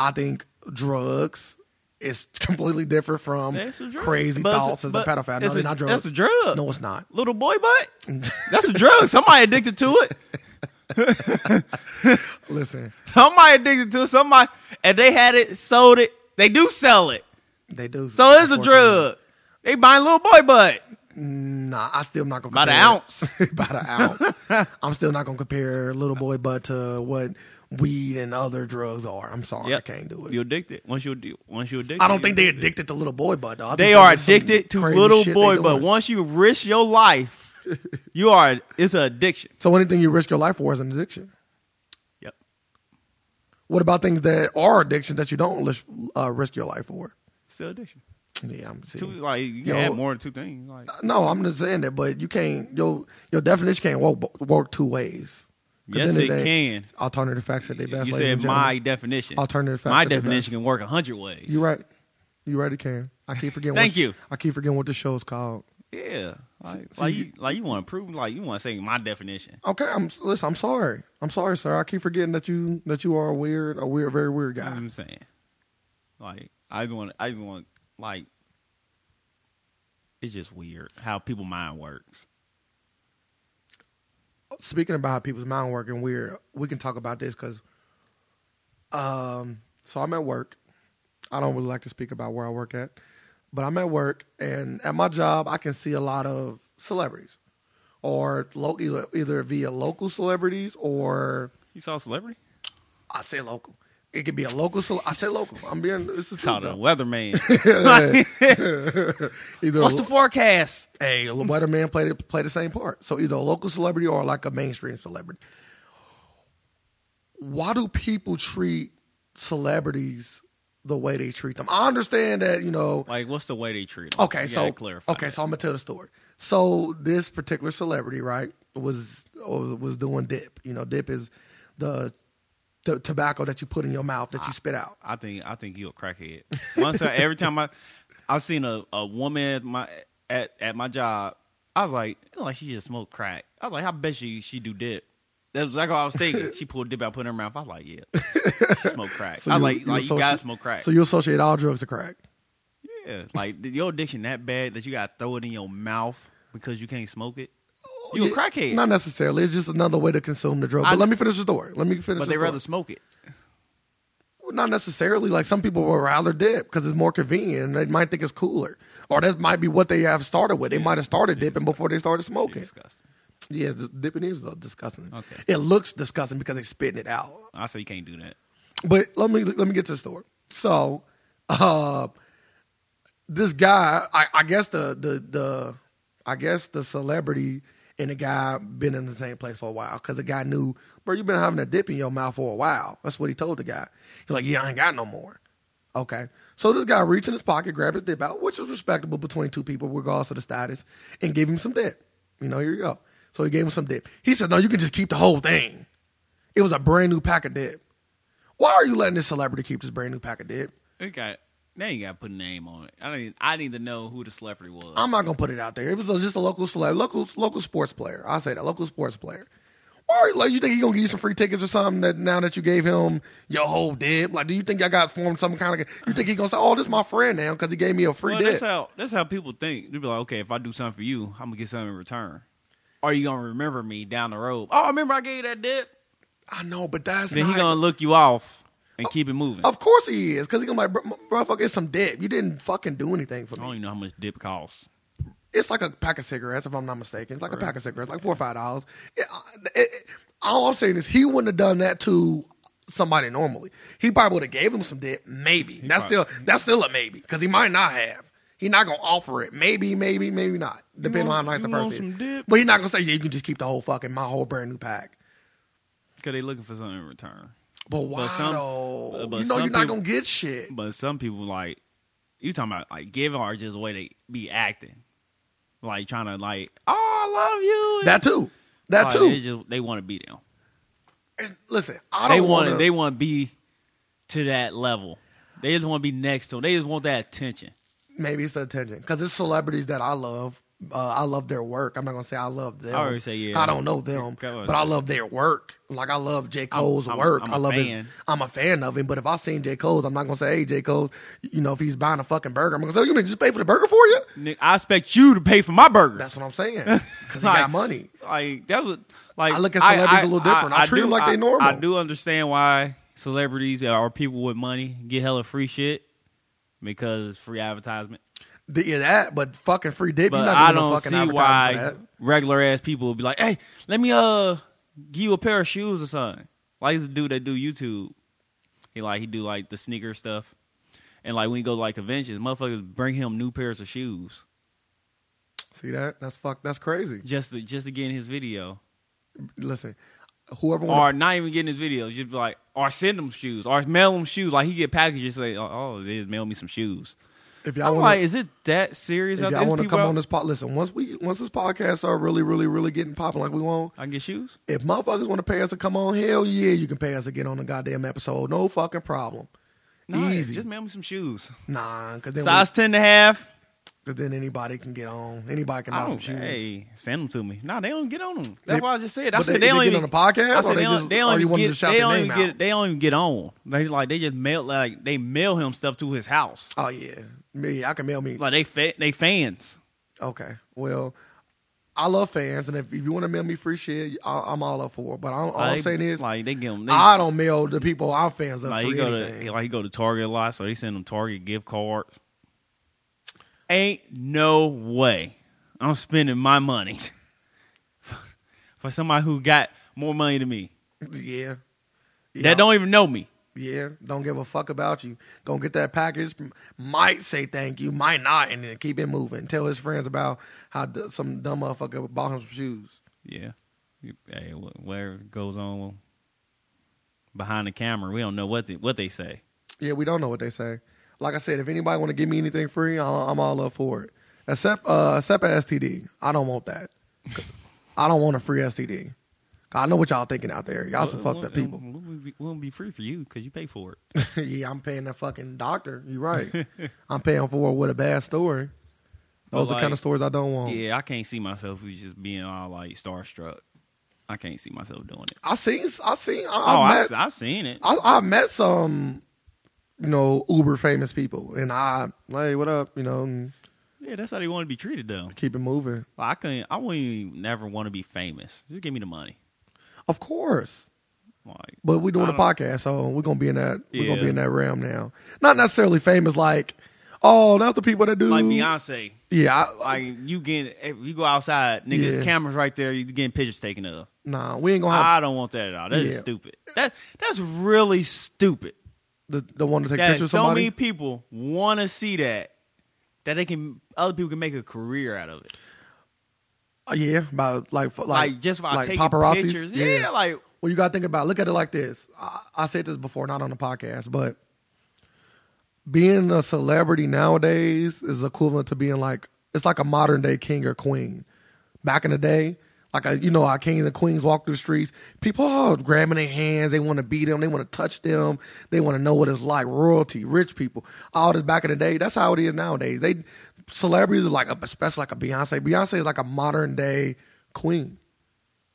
S2: I think drugs is completely different from
S1: That's a drug.
S2: crazy
S1: But it's
S2: thoughts as a
S1: but
S2: pedophile. No,
S1: it's
S2: they're not drugs.
S1: That's a drug.
S2: No, it's not.
S1: Little boy butt. That's a drug. Somebody addicted to it.
S2: Listen,
S1: Somebody addicted to it. Somebody and they had it, sold it. They do sell it.
S2: they do.
S1: So it's a
S2: unfortunately.
S1: drug. They buying little boy butt
S2: Nah, I still not gonna
S1: by the
S2: compare it.
S1: ounce.
S2: by the ounce. I'm still not gonna compare little boy butt to what weed and other drugs are. I'm sorry,
S1: Yep.
S2: I can't do
S1: You
S2: it.
S1: addicted. Once you addi- once you addicted.
S2: I don't
S1: you
S2: think they're
S1: addicted.
S2: addicted to little boy butt though. I
S1: They
S2: think
S1: are
S2: there's some
S1: addicted to
S2: crazy
S1: little
S2: shit
S1: boy
S2: they
S1: butt.
S2: doing.
S1: Once you risk your life, you are it's an addiction.
S2: So anything you risk your life for is an addiction.
S1: Yep.
S2: What about things that are addictions that you don't lis- uh, risk your life for?
S1: Still addiction.
S2: Yeah, I'm
S1: Two,
S2: seeing.
S1: like you can
S2: Yo.
S1: add more than two things. Like
S2: No, I'm just saying that, but you can't. Your your definition can't work, work two ways. 'Cause
S1: Yes,
S2: then
S1: it can.
S2: Alternative facts that they best.
S1: you
S2: ladies
S1: said
S2: and gentlemen.
S1: my definition.
S2: Alternative facts
S1: My
S2: are the
S1: definition
S2: best.
S1: can work a hundred ways.
S2: You're right. You're right. It can. I keep forgetting.
S1: Thank
S2: what,
S1: you.
S2: I keep forgetting what the show's called.
S1: Yeah. Like,
S2: so
S1: like
S2: you-
S1: you, like you want to prove like you want to say my definition.
S2: Okay. I'm listen. I'm sorry. I'm sorry, sir. I keep forgetting that you that you are a weird, a weird, very weird
S1: You know what
S2: guy.
S1: I'm saying. Like I just want I just want like it's just weird how people mind works.
S2: Speaking about how people's mind work and weird, we can talk about this because, um, so I'm at work. I don't really like to speak about where I work at, but I'm at work, and at my job, I can see a lot of celebrities, or lo- either either via local celebrities or
S1: You saw a celebrity?
S2: I say local. It could be a local. Cel- I say local. I'm being. It's the
S1: Saw
S2: truth.
S1: the
S2: though.
S1: weatherman.
S2: Either
S1: What's
S2: a,
S1: the forecast?
S2: hey, a weatherman play the, play the same part. So either a local celebrity or like a mainstream celebrity. Why do people treat celebrities the way they treat them? I understand that you know
S1: Like what's the way they treat 'em?
S2: Okay,
S1: You
S2: so
S1: gotta clarify.
S2: okay,
S1: that.
S2: so I'm gonna tell the story. So this particular celebrity, right, was was doing dip. You know, dip is the, the tobacco that you put in your mouth
S1: Ah,
S2: that you spit out.
S1: I think I think you a crackhead. Once I, every time I I've seen a, a woman at my at, at my job, I was like, "It look like she just smoked crack. I was like, I bet she she do dip. That's exactly what I was thinking. she pulled dip out, put it in her mouth. I was like, yeah, she smoked crack. I was like, like you gotta
S2: associ-
S1: smoke crack.
S2: So you associate all drugs to crack.
S1: yeah, like did your addiction that bad that you gotta throw it in your mouth because you can't smoke it. You a
S2: Yeah,
S1: crackhead,
S2: Not necessarily. It's just another way to consume the drug.
S1: I-
S2: But let me finish the story. Let me finish.
S1: but
S2: the
S1: they
S2: story.
S1: rather smoke it.
S2: Well, not necessarily. Like some people would rather dip because it's more convenient. and They might think it's cooler, or that might be what they have started with. They might have started dipping before they started smoking.
S1: Disgusting.
S2: Yeah, the dipping is though, disgusting.
S1: Okay.
S2: It looks disgusting because they're spitting it out.
S1: I say you can't do that.
S2: But let me let me get to the story. So, uh, this guy, I, I guess the the the, I guess the celebrity and the guy been in the same place for a while because the guy knew, bro, you've been having a dip in your mouth for a while. That's what he told the guy. He's like, yeah, I ain't got no more. Okay. So this guy reached in his pocket, grabbed his dip out, which was respectable between two people, regardless of the status, and gave him some dip. You know, here you go. So he gave him some dip. He said, no, you can just keep the whole thing. It was a brand new pack of dip. Why are you letting this celebrity keep this brand new pack of dip?
S1: It got now you got to put a name on it. I don't. Even, I need to know who the celebrity was.
S2: I'm not gonna put it out there. It was just a local celeb, local local sports player. I say that local sports player. Or like you think he gonna give you some free tickets or something? That now that you gave him your whole dip, like do you think I got formed some kind of? You think he gonna say, "Oh, this my friend now" because he gave me a free
S1: well, that's
S2: dip?
S1: how that's how people think. They be like, okay, if I do something for you, I'm gonna get something in return. are you gonna remember me down the road? Oh, remember I gave you that dip.
S2: I know, but that's
S1: Then
S2: not.
S1: he gonna look you off and keep it moving. I
S2: of course he is, because he gonna be like, bro, motherfucker, it's some dip. You didn't fucking do anything for me.
S1: don't even know how much dip costs.
S2: It's like a pack of cigarettes, if I'm not mistaken. It's like a pack of cigarettes, like four or five dollars. It- it- it- all I'm saying is he wouldn't have done that to somebody normally. He probably would have gave him some dip, maybe.
S1: probably-
S2: that's still that's still a maybe because he might not have. He not gonna offer it. Maybe, maybe, maybe not. Depending
S1: want-
S2: on how nice the
S1: you want
S2: person is.
S1: some dip?
S2: But he not gonna say, yeah, you can just keep the whole fucking my whole brand new pack.
S1: Cause they looking for something in return.
S2: But why
S1: some-
S2: though?
S1: but
S2: you know
S1: some
S2: you're not
S1: people-
S2: gonna get shit.
S1: But some people like you talking about like giving or just the way they be acting, like trying to like oh I love you.
S2: That too. That
S1: Like,
S2: too.
S1: They, just- they want to be them.
S2: And listen, I
S1: They
S2: don't
S1: want
S2: want
S1: to.
S2: to.
S1: They want to be to that level. They just want to be next to them. They just want that attention.
S2: Maybe it's the attention because it's celebrities that I love. Uh, I love their work. I'm not gonna say I love them.
S1: I already say, yeah.
S2: I don't know them,
S1: Come on.
S2: but I love their work. Like I love J Cole's
S1: I'm-
S2: work.
S1: I'm
S2: i
S1: a
S2: love his.
S1: fan.
S2: I'm a fan of him. But if I seen J Cole's, I'm not gonna say, hey, J Cole's. You know, if he's buying a fucking burger, I'm gonna say, oh, you didn't just pay for the burger for you.
S1: Nick, I expect you to pay for my burger.
S2: That's what I'm saying because he
S1: Like-
S2: got money.
S1: like that was like
S2: I look at celebrities a little different. I treat
S1: do-
S2: 'em like they
S1: I-
S2: normal.
S1: I do understand why celebrities or people with money get hella free shit because it's free advertisement.
S2: Th- Yeah, that. But fucking free dip. you're
S1: But
S2: not
S1: I
S2: gonna
S1: don't
S2: fucking
S1: see
S2: advertise for
S1: why
S2: that.
S1: regular ass people would be like, "Hey, let me uh give you a pair of shoes or something." Like this dude that do YouTube, he like he do like the sneaker stuff, and like when he go to like conventions, motherfuckers bring him new pairs of shoes
S2: See that? That's fuck. That's crazy.
S1: just to just to get in his video,
S2: Listen, whoever
S1: or
S2: want
S1: not even get in his video, just be like or send him shoes or mail him shoes. Like he get packages say, "Oh, they just mail me some shoes."
S2: if
S1: I'm
S2: y'all want
S1: like, is it that serious?
S2: If
S1: out
S2: y'all
S1: there?
S2: want to
S1: People
S2: come
S1: out-
S2: on this pod, listen. Once we once this podcast are really, really, really getting popping like we want,
S1: I can get shoes.
S2: if motherfuckers want to pay us to come on, hell yeah, you can pay us to get on the goddamn episode. No fucking problem.
S1: Nah,
S2: Easy.
S1: Just mail me some shoes.
S2: Nah, because then,
S1: Size ten and a half.
S2: because then anybody can get on. Anybody can
S1: I
S2: buy
S1: don't,
S2: some shoes.
S1: Hey, send them to me. No, they don't get on them. That's
S2: Oh, They-
S1: why I just said. I
S2: but
S1: said
S2: they-
S1: they,
S2: they
S1: don't
S2: get
S1: even
S2: on the podcast,
S1: I
S2: or
S1: said
S2: they
S1: they
S2: just-
S1: don't. They
S2: or
S1: don't
S2: you
S1: even
S2: want
S1: get.
S2: them to shout
S1: they
S2: their
S1: don't
S2: name
S1: even
S2: out?
S1: get. They don't even get on. They like they just mail like they mail him stuff to his house.
S2: Oh yeah, me. I can mail me.
S1: Like they fa- they fans.
S2: Okay, well, I love fans, and if, if you want to mail me free shit, I, I'm all up for it. But I, all I'm
S1: Like,
S2: saying is,
S1: like they give him. They,
S2: I don't mail the people I'm fans of
S1: like
S2: free
S1: he go
S2: anything.
S1: to like he go to Target a lot, so they send him Target gift cards. Ain't no way I'm spending my money for somebody who got more money than me
S2: yeah. Yeah.
S1: that don't even know me.
S2: Yeah, don't give a fuck about you. Gonna get that package. m- Might say thank you, might not, and then keep it moving. Tell his friends about how d- some dumb motherfucker bought him some shoes.
S1: Yeah. You- Hey, wh- whatever goes on behind the camera, we don't know what they, what they say.
S2: Yeah, we don't know what they say. Like I said, if anybody want to give me anything free, I- I'm all up for it. Except uh, except a STD. I don't want that. I don't want a free STD. I know what y'all thinking out there. Y'all some
S1: Well,
S2: fucked
S1: well,
S2: up people.
S1: It won't be, won't be free for you because you pay for it.
S2: yeah, I'm paying that fucking doctor. You're right. I'm paying for it with a bad story.
S1: But
S2: Those are the kind
S1: like-
S2: of stories I don't want.
S1: yeah, I can't see myself who's just being all like starstruck. I can't see myself doing it.
S2: I seen, I seen, I,
S1: Oh,
S2: I met,
S1: I've seen it.
S2: I, I met some, you know, uber famous people, and I, hey, what up? You know, and
S1: Yeah, that's how they want to be treated, though.
S2: keep it moving.
S1: Like, I couldn't. I wouldn't even, never want to be famous. Just give me the money.
S2: Of course,
S1: Like,
S2: but we're
S1: I
S2: doing a podcast, so we're gonna be in that. We're gonna
S1: Yeah.
S2: be in that realm now. Not necessarily famous, like, oh, that's the people that do.
S1: like Beyonce.
S2: yeah, I,
S1: Like you getting, if you go outside, niggas,
S2: Yeah.
S1: cameras right there. You getting pictures taken of.
S2: nah, we ain't gonna have
S1: I don't want that at all. That is
S2: Yeah.
S1: stupid. That that's really stupid.
S2: the, the one to take
S1: That
S2: pictures
S1: so
S2: of somebody.
S1: many people want to see that that they can other people can make a career out of it.
S2: Uh, yeah, about like for-
S1: Like,
S2: like,
S1: just by
S2: like
S1: taking
S2: paparazzis.
S1: pictures. Yeah, like
S2: Well, you got to think about. Look at it like this. I, I said this before, not on the podcast, but being a celebrity nowadays is equivalent to being like it's like a modern day king or queen. Back in the day, like a, you know, our kings and queens walk through the streets. People are grabbing their hands. They want to beat them. They want to touch them. They want to know what it's like. Royalty, rich people, all this back in the day. That's how it is nowadays. They celebrities are like, a, especially like a Beyonce. Beyonce is like a modern day queen.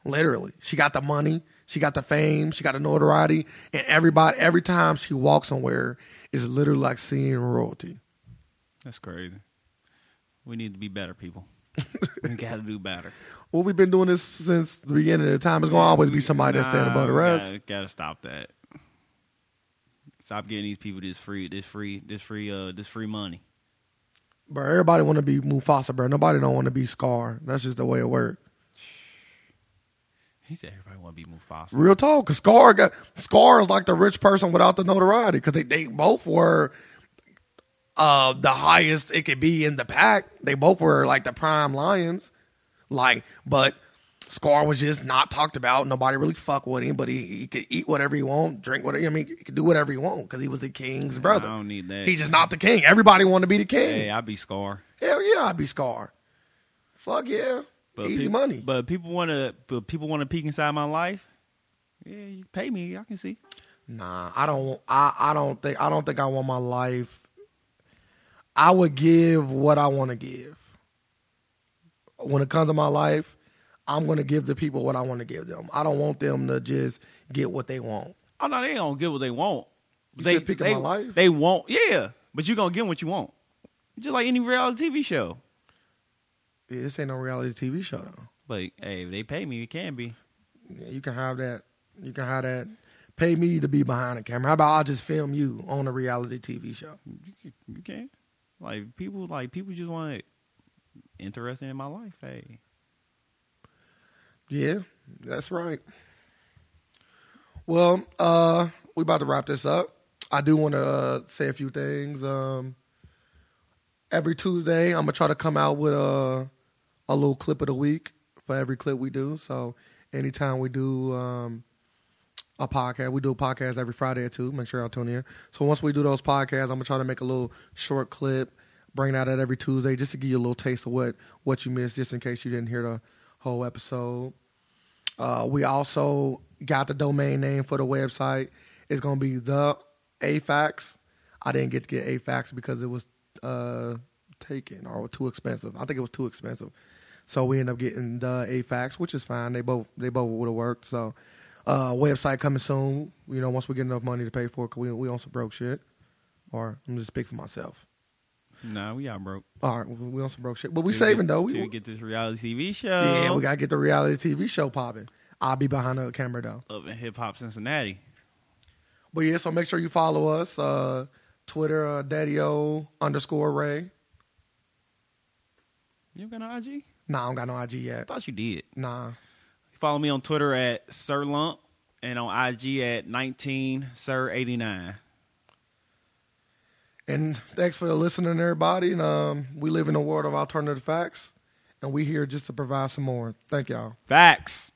S2: Literally, she got the money, she got the fame, she got the notoriety, and everybody every time she walks somewhere is literally like seeing royalty.
S1: that's crazy. We need to be better people. we got to do better.
S2: Well, we've been doing this since the beginning of the time. It's gonna always be somebody that's standing above the rest.
S1: Got to stop that. Stop getting these people this free, this free, this free, uh, this free money.
S2: Bro, everybody want to be Mufasa, bro. Nobody don't want to be Scar. That's just the way it works.
S1: He said everybody want to be Mufasa.
S2: Real talk, cause Scar got Scar is like the rich person without the notoriety, because they, they both were uh the highest it could be in the pack. They both were like the prime lions. Like, but Scar was just not talked about. Nobody really fuck with him, but he, he could eat whatever he want, drink whatever. I mean, he could do whatever he want because he was the king's brother.
S1: I don't need that.
S2: He's just not the king. Everybody want to be the king.
S1: hey, I be Scar.
S2: Hell yeah, I'd be Scar. Fuck yeah, easy
S1: peop-
S2: money.
S1: But people want to. But people want to peek inside my life. Yeah, you pay me. I can see.
S2: Nah, I don't. I I don't think I don't think I want my life. I would give what I want to give. When it comes to my life, I'm gonna give the people what I want to give them. I don't want them to just get what they want.
S1: Oh no, they don't get what they want.
S2: You
S1: they
S2: said peek in
S1: they,
S2: my life?
S1: They want. Yeah, but you gonna get what you want. Just like any reality TV show.
S2: Yeah, this ain't no reality TV show though.
S1: But hey, if they pay me, it can be.
S2: Yeah, you can have that. You can have that. Pay me to be behind the camera. How about I just film you on a reality TV show?
S1: You can- You can. Like people, like people just want it interested in my life. Hey,
S2: Yeah, that's right. Well, uh, we about to wrap this up. I do want to uh, say a few things. Um, every Tuesday, I'm gonna try to come out with a a little clip of the week for every clip we do. So anytime we do um, a podcast, we do a podcast every Friday or two. Make sure y'all tune in. So once we do those podcasts, I'm gonna try to make a little short clip, bring that out every Tuesday, just to give you a little taste of what what you missed, just in case you didn't hear the whole episode. Uh, we also got the domain name for the website. It's gonna be the AFAX. I didn't get to get AFAX because it was uh, taken or too expensive. I think it was too expensive, so we end up getting the AFAX, which is fine. They both they both would have worked. So uh, website coming soon. You know, once we get enough money to pay for it, 'cause we we on some broke shit. Or I'm just speak for myself.
S1: nah, we all broke.
S2: All right, we we on some broke shit, but we
S1: Till get-
S2: saving though.
S1: till
S2: We,
S1: we get uh, this reality TV show.
S2: yeah, we gotta get the reality TV show popping. I'll be behind the camera though.
S1: up in hip hop Cincinnati.
S2: But yeah, so make sure you follow us. Uh, Twitter, uh, Daddy-O underscore Ray.
S1: You got an IG?
S2: Nah, I don't got no IG
S1: I
S2: yet.
S1: thought you did.
S2: Nah.
S1: Follow me on Twitter at Sir Lump and on IG at 19 Sir 89.
S2: And thanks for listening, everybody. And um, we live in a world of alternative facts, and we here just to provide some more. Thank y'all.
S1: Facts.